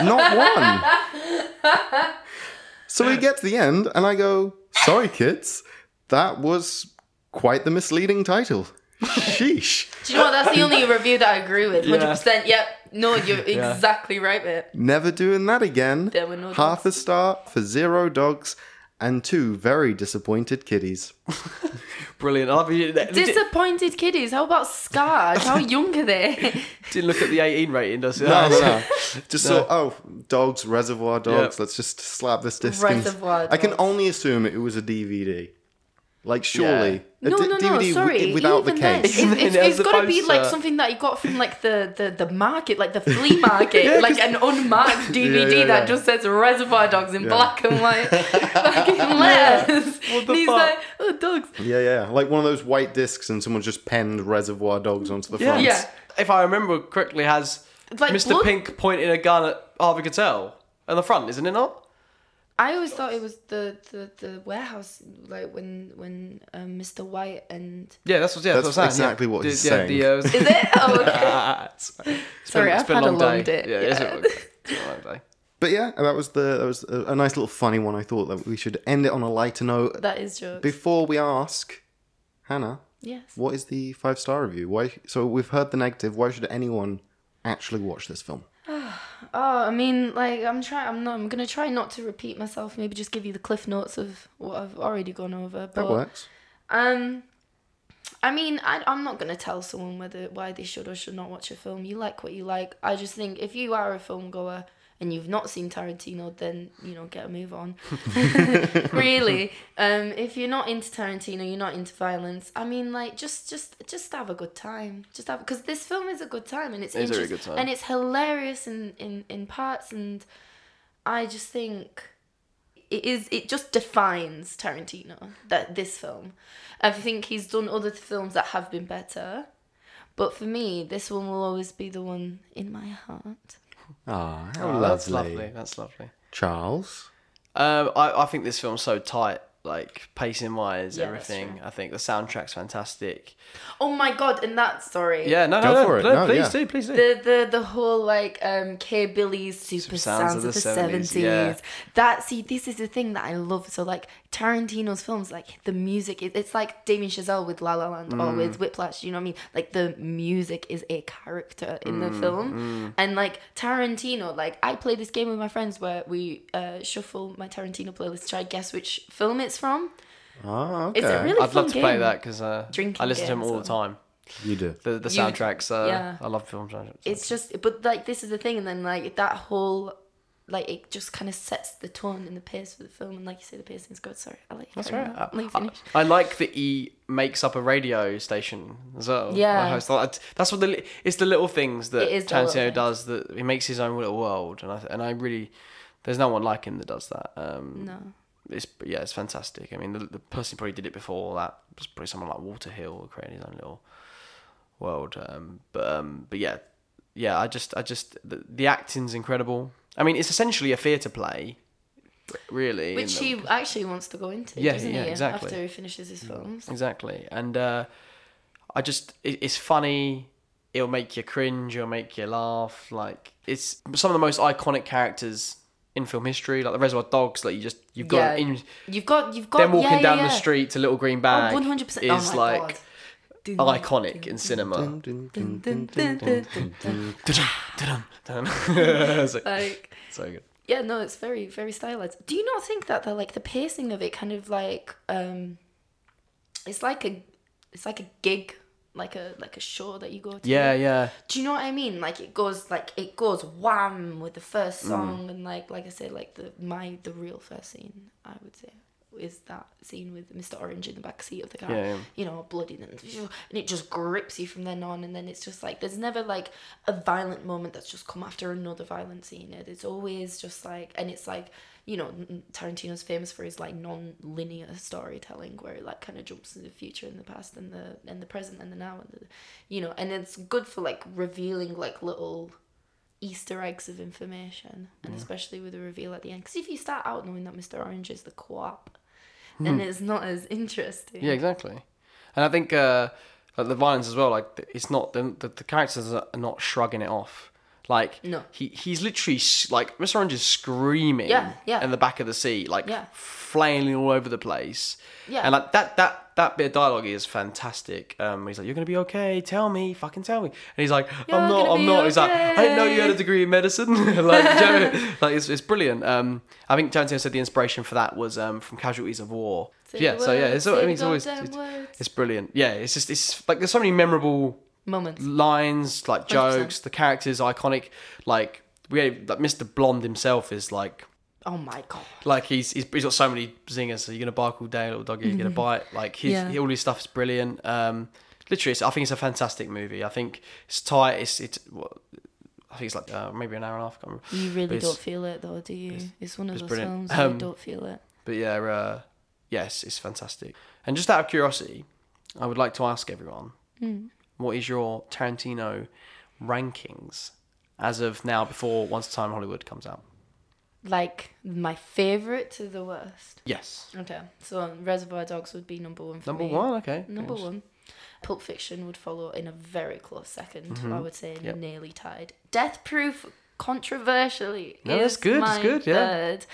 [SPEAKER 4] Not one. So we get to the end, and I go, Sorry, kids, that was quite the misleading title. Sheesh.
[SPEAKER 3] Do you know what? That's the only review that I agree with.
[SPEAKER 5] Yeah.
[SPEAKER 3] Hundred percent. Yep. No, you're
[SPEAKER 5] Yeah.
[SPEAKER 3] exactly right, mate.
[SPEAKER 4] Never doing that again.
[SPEAKER 3] There were no
[SPEAKER 4] Half a star for zero dogs and two very disappointed kiddies.
[SPEAKER 5] Brilliant. I love you. Did,
[SPEAKER 3] Disappointed kiddies. How about scarred? How young are they?
[SPEAKER 5] didn't look at the 18 rating, does it?
[SPEAKER 4] No, no, no. Just
[SPEAKER 5] No.
[SPEAKER 4] so oh, dogs, reservoir dogs.
[SPEAKER 5] Yep.
[SPEAKER 4] Let's just slap this disc.
[SPEAKER 3] Reservoir
[SPEAKER 4] in. I can
[SPEAKER 3] Dogs.
[SPEAKER 4] only assume it was a DVD. Like surely a
[SPEAKER 3] no,
[SPEAKER 4] d-
[SPEAKER 3] no,
[SPEAKER 4] DVD
[SPEAKER 3] no.
[SPEAKER 4] wi-
[SPEAKER 3] Sorry.
[SPEAKER 4] without
[SPEAKER 3] Even
[SPEAKER 4] the
[SPEAKER 3] then,
[SPEAKER 4] case.
[SPEAKER 5] Even
[SPEAKER 3] it, it's,
[SPEAKER 5] then,
[SPEAKER 3] it's
[SPEAKER 5] as
[SPEAKER 3] got to be
[SPEAKER 5] opposed
[SPEAKER 3] like
[SPEAKER 5] to-
[SPEAKER 3] something that you got from like the the, the market, like the flea market, like an unmarked DVD
[SPEAKER 4] yeah, yeah.
[SPEAKER 3] that just says Reservoir Dogs in black and white fucking letters.
[SPEAKER 5] What the
[SPEAKER 3] and he's
[SPEAKER 5] fuck?
[SPEAKER 3] like, oh, dogs.
[SPEAKER 4] Yeah, yeah. Like one of those white discs, and someone just penned reservoir dogs onto the
[SPEAKER 5] Yeah.
[SPEAKER 4] front.
[SPEAKER 3] Yeah.
[SPEAKER 5] If I remember correctly, has
[SPEAKER 3] Like,
[SPEAKER 5] Mr.
[SPEAKER 3] blood-
[SPEAKER 5] Pink pointing a gun at Harvey Keitel at the front, isn't it not?
[SPEAKER 3] I always thought it was the the, the warehouse, like when when um, Mr. White and
[SPEAKER 5] Yeah, that's what. Yeah, that's,
[SPEAKER 4] That's
[SPEAKER 5] what I'm saying.
[SPEAKER 4] exactly
[SPEAKER 5] yeah.
[SPEAKER 4] what
[SPEAKER 5] The-
[SPEAKER 4] he's
[SPEAKER 5] yeah,
[SPEAKER 4] saying.
[SPEAKER 5] The, uh, it's
[SPEAKER 3] is
[SPEAKER 5] been-
[SPEAKER 3] it? Oh, okay.
[SPEAKER 5] it's been-
[SPEAKER 3] Sorry,
[SPEAKER 5] it's
[SPEAKER 3] I've
[SPEAKER 5] been
[SPEAKER 3] had
[SPEAKER 5] a
[SPEAKER 3] a
[SPEAKER 5] long
[SPEAKER 3] long
[SPEAKER 5] day.
[SPEAKER 3] day.
[SPEAKER 5] Yeah, it's
[SPEAKER 3] Yeah.
[SPEAKER 5] been- it's been a long day.
[SPEAKER 4] But yeah, that was the that was a, a nice little funny one. I thought that we should end it on a lighter note
[SPEAKER 3] that is jokes.
[SPEAKER 4] before we ask Hannah,
[SPEAKER 3] Yes.
[SPEAKER 4] what is the five star review? Why? So we've heard the negative. Why should anyone actually watch this film?
[SPEAKER 3] Oh, I mean, like I'm trying. I'm not. I'm gonna try not to repeat myself. Maybe just give you the cliff notes of what I've already gone over. But
[SPEAKER 4] That works.
[SPEAKER 3] um, I mean, I, I'm not gonna tell someone whether why they should or should not watch a film. You like what you like. I just think if you are a film goer and you've not seen Tarantino, then you know get a move on. really, um, if you're not into Tarantino, you're not into violence. I mean, like just just just have a good time. Just have because this film is a good time and it's
[SPEAKER 5] It is a very
[SPEAKER 3] interest-
[SPEAKER 5] good time.
[SPEAKER 3] and it's hilarious in in in parts and I just think it is it just defines Tarantino that this film. I think he's done other films that have been better, but for me, this one will always be the one in my heart.
[SPEAKER 4] Ah, how
[SPEAKER 5] Oh,
[SPEAKER 4] lovely.
[SPEAKER 5] That's lovely. That's lovely.
[SPEAKER 4] Charles.
[SPEAKER 5] Um, I, I think this film's so tight, like pacing wise,
[SPEAKER 3] Yeah, that's
[SPEAKER 5] everything. I think the soundtrack's fantastic.
[SPEAKER 3] Oh my god! And that story.
[SPEAKER 5] Yeah, no,
[SPEAKER 4] Go
[SPEAKER 5] no, no,
[SPEAKER 4] for it.
[SPEAKER 5] no,
[SPEAKER 4] No,
[SPEAKER 5] please
[SPEAKER 4] yeah.
[SPEAKER 5] do, please do.
[SPEAKER 3] The, the the whole like um K Billy's super sounds, of the seventies.
[SPEAKER 5] yeah.
[SPEAKER 3] That see, this is the thing that I love. So like Tarantino's films, like the music, it, it's like Damien Chazelle with La La Land or with Whiplash. You know what I mean? Like the music is a character in the film, and like Tarantino, like I play this game with my friends where we uh, shuffle my Tarantino playlist to try and guess which film it's from.
[SPEAKER 4] Ah, okay.
[SPEAKER 3] It's a really
[SPEAKER 5] I'd
[SPEAKER 3] fun
[SPEAKER 5] love to
[SPEAKER 3] game.
[SPEAKER 5] play that because uh,
[SPEAKER 3] Drinking
[SPEAKER 5] I listen to him
[SPEAKER 3] game,
[SPEAKER 5] all the
[SPEAKER 3] so-
[SPEAKER 5] time.
[SPEAKER 4] You do.
[SPEAKER 5] The the
[SPEAKER 3] You-
[SPEAKER 5] soundtracks. Uh,
[SPEAKER 3] yeah.
[SPEAKER 5] I love film soundtracks.
[SPEAKER 3] it's just but like this is the thing and then like that whole like it just kind of sets the tone and the pace for the film and like you say the pacing's good sorry i let you
[SPEAKER 5] That's
[SPEAKER 3] carry
[SPEAKER 5] right.
[SPEAKER 3] on.
[SPEAKER 5] I,
[SPEAKER 3] Let you
[SPEAKER 5] I-
[SPEAKER 3] finish
[SPEAKER 5] I like that he makes up a radio station as well.
[SPEAKER 3] Yeah.
[SPEAKER 5] Like, I just like- that's what the li- it's the little things that
[SPEAKER 3] It is the little
[SPEAKER 5] Tarantino
[SPEAKER 3] things.
[SPEAKER 5] does that he makes his own little world, and I and I really there's no one like him that does that. Um,
[SPEAKER 3] no
[SPEAKER 5] it's yeah, it's fantastic. I mean, the, the person who probably did it before that was probably someone like Walter Hill creating his own little world. Um, but um, but yeah, yeah, I just I just the, the acting's incredible. I mean, it's essentially a theatre play, really. in
[SPEAKER 3] which
[SPEAKER 5] the-
[SPEAKER 3] he actually wants to go into
[SPEAKER 5] Yeah,
[SPEAKER 3] doesn't
[SPEAKER 5] yeah,
[SPEAKER 3] he
[SPEAKER 5] exactly. Mm.
[SPEAKER 3] after he finishes his films
[SPEAKER 5] Exactly. And uh, I just, it, it's funny. It'll make you cringe. It'll make you laugh. Like it's some of the most iconic characters in film history, like the Reservoir Dogs. Like you just, you've got
[SPEAKER 3] Yeah.
[SPEAKER 5] in,
[SPEAKER 3] you've got you've got
[SPEAKER 5] them walking
[SPEAKER 3] yeah, yeah,
[SPEAKER 5] down
[SPEAKER 3] yeah.
[SPEAKER 5] the street to Little Green
[SPEAKER 3] oh,
[SPEAKER 5] Bag.
[SPEAKER 3] 100% oh
[SPEAKER 5] is
[SPEAKER 3] my
[SPEAKER 5] like
[SPEAKER 3] God.
[SPEAKER 5] iconic in cinema.
[SPEAKER 4] Dun, dun,
[SPEAKER 3] Dun, dun, dun, dun, dun, dun.
[SPEAKER 5] Dun-dun, dun-dun. It's like-
[SPEAKER 3] like
[SPEAKER 5] so good.
[SPEAKER 3] yeah no it's very very stylized do you not think that the like the pacing of it kind of like um it's like a it's like a gig like a like a show that you go to
[SPEAKER 5] Yeah, yeah.
[SPEAKER 3] do you know what i mean like it goes like it goes wham with the
[SPEAKER 5] Mm.
[SPEAKER 3] first song and like like i said like the my the real first scene i would say is that scene with Mr. Orange in the back seat of the car,
[SPEAKER 5] Yeah, yeah.
[SPEAKER 3] you know, bloody, and and it just grips you from then on. And then it's just like there's never like a violent moment that's just come after another violent scene. It- It's always just like, and it's like, you know, n- Tarantino's famous for his like non-linear storytelling, where it like kind of jumps to the future and the past and the and the present and the now and the, you know, and it's good for like revealing like little Easter eggs of information, and especially with the reveal at the end. Because if you start out knowing that Mr. Orange is the co-op, then it's not as interesting.
[SPEAKER 5] Yeah, exactly. And I think uh, like the violence as well. Like th- it's not the, the the characters are not shrugging it off. Like
[SPEAKER 3] No.
[SPEAKER 5] he he's literally s- like Mr. Orange is screaming.
[SPEAKER 3] Yeah, yeah.
[SPEAKER 5] In the back of the seat, like
[SPEAKER 3] Yeah.
[SPEAKER 5] flailing all over the place.
[SPEAKER 3] Yeah.
[SPEAKER 5] And like that that that bit of dialogue is fantastic. Um, he's like, "You're gonna be okay. Tell me, fucking tell me." And he's like,
[SPEAKER 3] You're
[SPEAKER 5] "I'm not.
[SPEAKER 3] gonna
[SPEAKER 5] I'm
[SPEAKER 3] be
[SPEAKER 5] not." He's like, "I didn't know you
[SPEAKER 3] okay.
[SPEAKER 5] had a degree in medicine." like, do you know what I mean? like it's, it's brilliant. Um, I think Tarantino said the inspiration for that was um from Casualties of War.
[SPEAKER 3] Say
[SPEAKER 5] yeah.
[SPEAKER 3] the
[SPEAKER 5] so yeah,
[SPEAKER 3] words,
[SPEAKER 5] it's, al- I
[SPEAKER 3] say
[SPEAKER 5] mean,
[SPEAKER 3] the
[SPEAKER 5] it's always
[SPEAKER 3] goddamn
[SPEAKER 5] it's-
[SPEAKER 3] words.
[SPEAKER 5] it's brilliant. Yeah, it's just it's like there's so many memorable
[SPEAKER 3] Moments.
[SPEAKER 5] lines, like
[SPEAKER 3] 100%.
[SPEAKER 5] jokes. The characters iconic. Like we had, like Mr. Blonde himself is like
[SPEAKER 3] Oh my god.
[SPEAKER 5] like he's, he's he's got so many zingers. So you're gonna bark all day, little doggy. You're gonna bite. Like his
[SPEAKER 3] Yeah.
[SPEAKER 5] all his stuff is brilliant. Um, literally, it's, I think it's a fantastic movie. I think it's tight. It's it's what- I think it's like uh, maybe an hour and a half. I can't remember.
[SPEAKER 3] You really
[SPEAKER 5] it's-
[SPEAKER 3] don't feel it though, do you? It's, one of
[SPEAKER 5] it's
[SPEAKER 3] those
[SPEAKER 5] brilliant.
[SPEAKER 3] films where
[SPEAKER 5] Um,
[SPEAKER 3] you don't feel it.
[SPEAKER 5] But yeah, uh, yes, it's fantastic. And just out of curiosity, I would like to ask everyone,
[SPEAKER 3] Mm.
[SPEAKER 5] what is your Tarantino rankings as of now before Once Upon a Time in Hollywood comes out?
[SPEAKER 3] Like my favorite to the worst.
[SPEAKER 5] Yes.
[SPEAKER 3] Okay, so um, Reservoir Dogs would be number one for
[SPEAKER 5] Number
[SPEAKER 3] me.
[SPEAKER 5] one, okay.
[SPEAKER 3] Number
[SPEAKER 5] Yes.
[SPEAKER 3] one. Pulp Fiction would follow in a very close 2nd I would say
[SPEAKER 5] Mm-hmm. Yep.
[SPEAKER 3] nearly tied. Death Proof, controversially,
[SPEAKER 5] No,
[SPEAKER 3] is
[SPEAKER 5] it's good, it's
[SPEAKER 3] my
[SPEAKER 5] good, yeah.
[SPEAKER 3] third.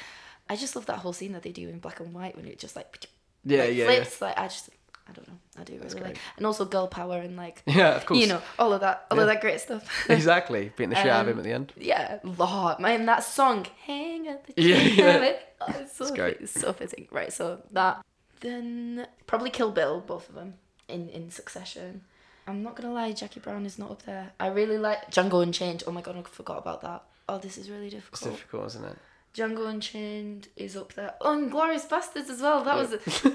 [SPEAKER 3] I just love that whole scene that they do in black and white when it just like,
[SPEAKER 5] Yeah,
[SPEAKER 3] like,
[SPEAKER 5] yeah, yeah.
[SPEAKER 3] flips. Like I just, I don't know, I do
[SPEAKER 5] That's
[SPEAKER 3] really like,
[SPEAKER 5] great.
[SPEAKER 3] and also girl power and like,
[SPEAKER 5] Yeah, of course.
[SPEAKER 3] you know, all of that, all of
[SPEAKER 5] Yeah.
[SPEAKER 3] that great stuff.
[SPEAKER 5] exactly. Beating the shit out of him
[SPEAKER 3] Um,
[SPEAKER 5] at the end.
[SPEAKER 3] Yeah, lot. Man, that song, Hang at the
[SPEAKER 5] Yeah,
[SPEAKER 3] Tree.
[SPEAKER 5] yeah.
[SPEAKER 3] of It. Oh, it's so,
[SPEAKER 5] It's
[SPEAKER 3] fit-
[SPEAKER 5] great.
[SPEAKER 3] it's so fitting. Right, so that. Then probably Kill Bill, both of them in, in succession. I'm not going to lie, Jackie Brown is not up there. I really like Django Unchained. Oh my god, I forgot about that. Oh, this is really
[SPEAKER 5] It's
[SPEAKER 3] difficult.
[SPEAKER 5] difficult, isn't it?
[SPEAKER 3] Django Unchained is up there. Oh, and Glorious Bastards as well. That was.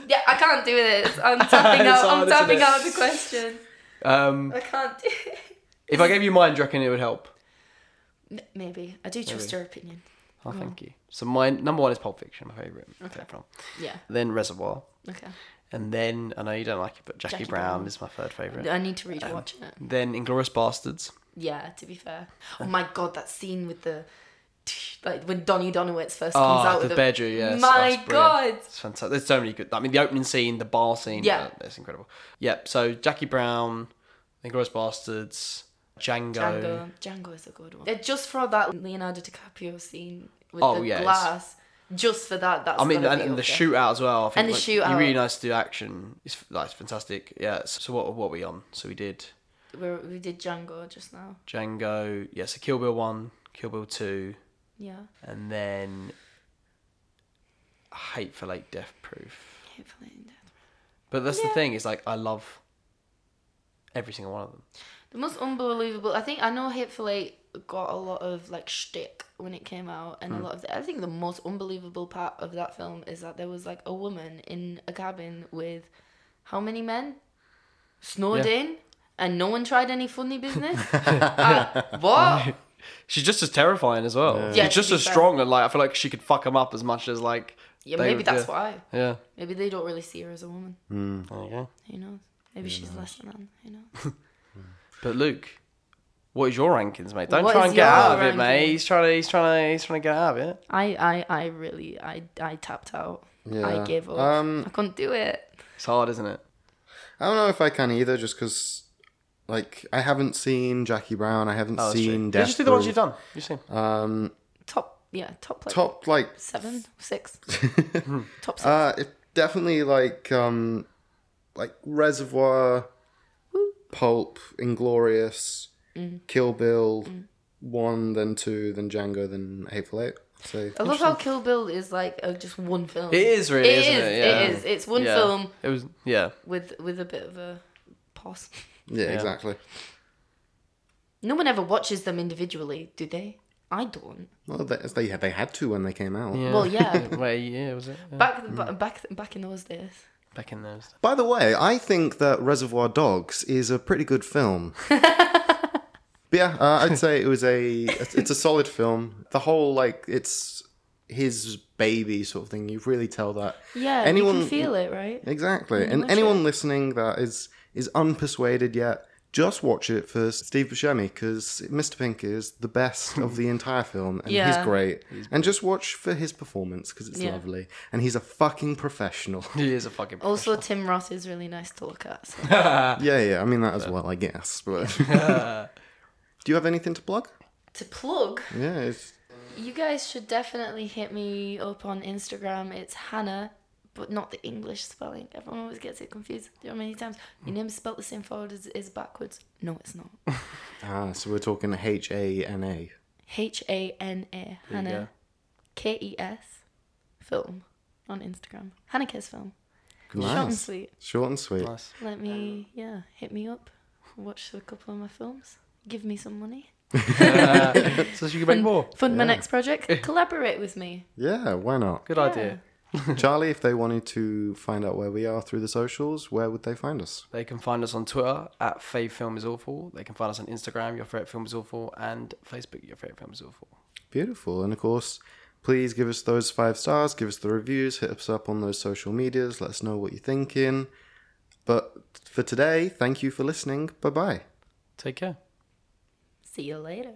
[SPEAKER 3] yeah, I can't do this. I'm tapping
[SPEAKER 5] It's hard,
[SPEAKER 3] out. I'm
[SPEAKER 5] isn't
[SPEAKER 3] tapping
[SPEAKER 5] it?
[SPEAKER 3] out the question.
[SPEAKER 5] Um,
[SPEAKER 3] I can't do it.
[SPEAKER 5] if I gave you mine, do you reckon it would help?
[SPEAKER 3] M- Maybe. I do trust your opinion.
[SPEAKER 5] Oh, thank you. So my number one is Pulp Fiction, my favorite. Okay. From.
[SPEAKER 3] Yeah.
[SPEAKER 5] Then Reservoir,
[SPEAKER 3] Okay.
[SPEAKER 5] and then I know you don't like it, but Jackie,
[SPEAKER 3] Jackie
[SPEAKER 5] Brown,
[SPEAKER 3] Brown.
[SPEAKER 5] is my third favorite.
[SPEAKER 3] I need to rewatch
[SPEAKER 5] Um,
[SPEAKER 3] it.
[SPEAKER 5] Then Inglorious Bastards.
[SPEAKER 3] Yeah, to be fair.
[SPEAKER 5] uh,
[SPEAKER 3] Oh my god, that scene with the like when Donny Donowitz first comes
[SPEAKER 5] Ah,
[SPEAKER 3] out
[SPEAKER 5] the
[SPEAKER 3] with
[SPEAKER 5] bedroom, yes.
[SPEAKER 3] My
[SPEAKER 5] that's brilliant.
[SPEAKER 3] god.
[SPEAKER 5] It's fantastic. There's so many good. I mean, the opening scene, the bar scene.
[SPEAKER 3] Yeah.
[SPEAKER 5] Yeah. It's incredible. Yep. So Jackie Brown, Inglorious Bastards, Django.
[SPEAKER 3] Django. Django is a good one. Yeah, just for that Leonardo DiCaprio scene with
[SPEAKER 5] Oh,
[SPEAKER 3] the
[SPEAKER 5] yeah, it's-
[SPEAKER 3] glass. Just for that, that's
[SPEAKER 5] I mean,
[SPEAKER 3] gotta
[SPEAKER 5] and,
[SPEAKER 3] be
[SPEAKER 5] and
[SPEAKER 3] up
[SPEAKER 5] the
[SPEAKER 3] there.
[SPEAKER 5] shootout as well. I think,
[SPEAKER 3] And the
[SPEAKER 5] like,
[SPEAKER 3] shootout.
[SPEAKER 5] You really nice to do action. It's f- like, it's fantastic. Yeah. So, so what what were we on? So we did
[SPEAKER 3] We're, we did Django just now.
[SPEAKER 5] Django. Yeah. So Kill Bill one, Kill Bill two,
[SPEAKER 3] Yeah,
[SPEAKER 5] and then Hateful Eight, Death Proof.
[SPEAKER 3] Hateful Eight.
[SPEAKER 5] But that's the thing is like I love every single one of them.
[SPEAKER 3] The most unbelievable. I think I know Hateful Eight got a lot of like shtick when it came out, and a lot of. The, I think the most unbelievable part of that film is that there was like a woman in a cabin with how many men snowed
[SPEAKER 5] Yeah.
[SPEAKER 3] in, and no one tried any funny business. Uh, what?
[SPEAKER 5] She's just as terrifying as well.
[SPEAKER 3] Yeah,
[SPEAKER 5] She's just
[SPEAKER 3] to be
[SPEAKER 5] as
[SPEAKER 3] fair.
[SPEAKER 5] strong and like I feel like she could fuck him up as much as like.
[SPEAKER 3] Yeah,
[SPEAKER 5] they-
[SPEAKER 3] maybe that's
[SPEAKER 5] yeah.
[SPEAKER 3] why.
[SPEAKER 5] Yeah.
[SPEAKER 3] Maybe they don't really see her as a woman.
[SPEAKER 5] There you go.
[SPEAKER 3] Who knows? Maybe she's less than. man. Who knows?
[SPEAKER 5] But Luke, what is your rankings, mate? Don't
[SPEAKER 3] What
[SPEAKER 5] try
[SPEAKER 3] is
[SPEAKER 5] and get
[SPEAKER 3] your
[SPEAKER 5] out of it, mate.
[SPEAKER 3] ranking?
[SPEAKER 5] He's trying to, he's trying to, he's trying to get out of it.
[SPEAKER 3] I, I, I really, I, I tapped out.
[SPEAKER 4] Yeah.
[SPEAKER 3] I gave up.
[SPEAKER 4] Um,
[SPEAKER 3] I couldn't do it.
[SPEAKER 5] It's hard, isn't it?
[SPEAKER 4] I don't know if I can either, just because, like, I haven't seen Jackie Brown. I haven't
[SPEAKER 5] Oh, that's true.
[SPEAKER 4] seen.
[SPEAKER 5] Yeah,
[SPEAKER 4] Death
[SPEAKER 5] just do the ones
[SPEAKER 4] Proof.
[SPEAKER 5] you've done. You've seen.
[SPEAKER 4] Um,
[SPEAKER 3] Top, yeah, top like
[SPEAKER 4] top like,
[SPEAKER 3] seven, six, top six.
[SPEAKER 4] uh, it definitely like, um, like Reservoir, Pulp, Inglorious,
[SPEAKER 5] Mm.
[SPEAKER 4] Kill Bill, one, then two, then Django, then Hateful Eight. So
[SPEAKER 3] I love how Kill Bill is like uh, just one film.
[SPEAKER 5] it is really,
[SPEAKER 3] It
[SPEAKER 5] isn't
[SPEAKER 3] is,
[SPEAKER 5] it? Yeah.
[SPEAKER 3] it is. It's one
[SPEAKER 5] Yeah.
[SPEAKER 3] film
[SPEAKER 5] It was. Yeah.
[SPEAKER 3] with with a bit of a pause.
[SPEAKER 4] yeah, exactly.
[SPEAKER 3] No one ever watches them individually, do they? I don't.
[SPEAKER 4] Well, they, they had they had to when they came out.
[SPEAKER 3] Well, yeah.
[SPEAKER 5] Wait, yeah, was it? Yeah.
[SPEAKER 3] Back ba- back back in those days.
[SPEAKER 5] Back in those.
[SPEAKER 4] By the way, I think that Reservoir Dogs is a pretty good film. but yeah, uh, I'd say it was a it's a solid film. The whole like it's his baby sort of thing. You really tell that.
[SPEAKER 3] Yeah,
[SPEAKER 4] Anyone-
[SPEAKER 3] you can feel it, right?
[SPEAKER 4] Exactly. And
[SPEAKER 3] watch
[SPEAKER 4] anyone listening that is is unpersuaded yet, just watch it for Steve Buscemi because Mr. Pink is the best of the entire film, and he's
[SPEAKER 3] Yeah.
[SPEAKER 4] great. and just watch for his performance because it's
[SPEAKER 3] Yeah.
[SPEAKER 4] lovely, and he's a fucking professional.
[SPEAKER 5] He is a fucking.
[SPEAKER 3] Also, Tim Roth is really nice to look at. So.
[SPEAKER 4] Yeah, yeah. I mean that as well, I guess. But do you have anything to plug?
[SPEAKER 3] to plug,
[SPEAKER 4] Yeah, it's
[SPEAKER 3] you guys should definitely hit me up on Instagram. It's Hannah, but not the English spelling. Everyone always gets it confused. Do you know how many times your name's spelled the same forward as it is backwards? No, it's not.
[SPEAKER 4] ah. So we're talking H A N A.
[SPEAKER 3] H A N A Hannah K E S film on Instagram. Hannah Kes film. Short and
[SPEAKER 4] Nice.
[SPEAKER 3] sweet.
[SPEAKER 4] Short and sweet.
[SPEAKER 5] Nice.
[SPEAKER 3] Let me yeah hit me up. Watch a couple of my films. Give me some money.
[SPEAKER 5] Uh, so you can make more.
[SPEAKER 3] Fund my next project. Collaborate with me.
[SPEAKER 4] Yeah, why not?
[SPEAKER 5] Good idea.
[SPEAKER 4] Charlie, if they wanted to find out where we are through the socials, where would they find us?
[SPEAKER 5] They can find us on Twitter at Fave Film is Awful. They can find us on Instagram, Your Favorite Film is Awful, and Facebook, Your Favorite Film is Awful.
[SPEAKER 4] Beautiful. And of course, please give us those five stars, give us the reviews, hit us up on those social medias, let us know what you're thinking. But for today, thank you for listening. Bye bye.
[SPEAKER 5] Take care.
[SPEAKER 3] See you later.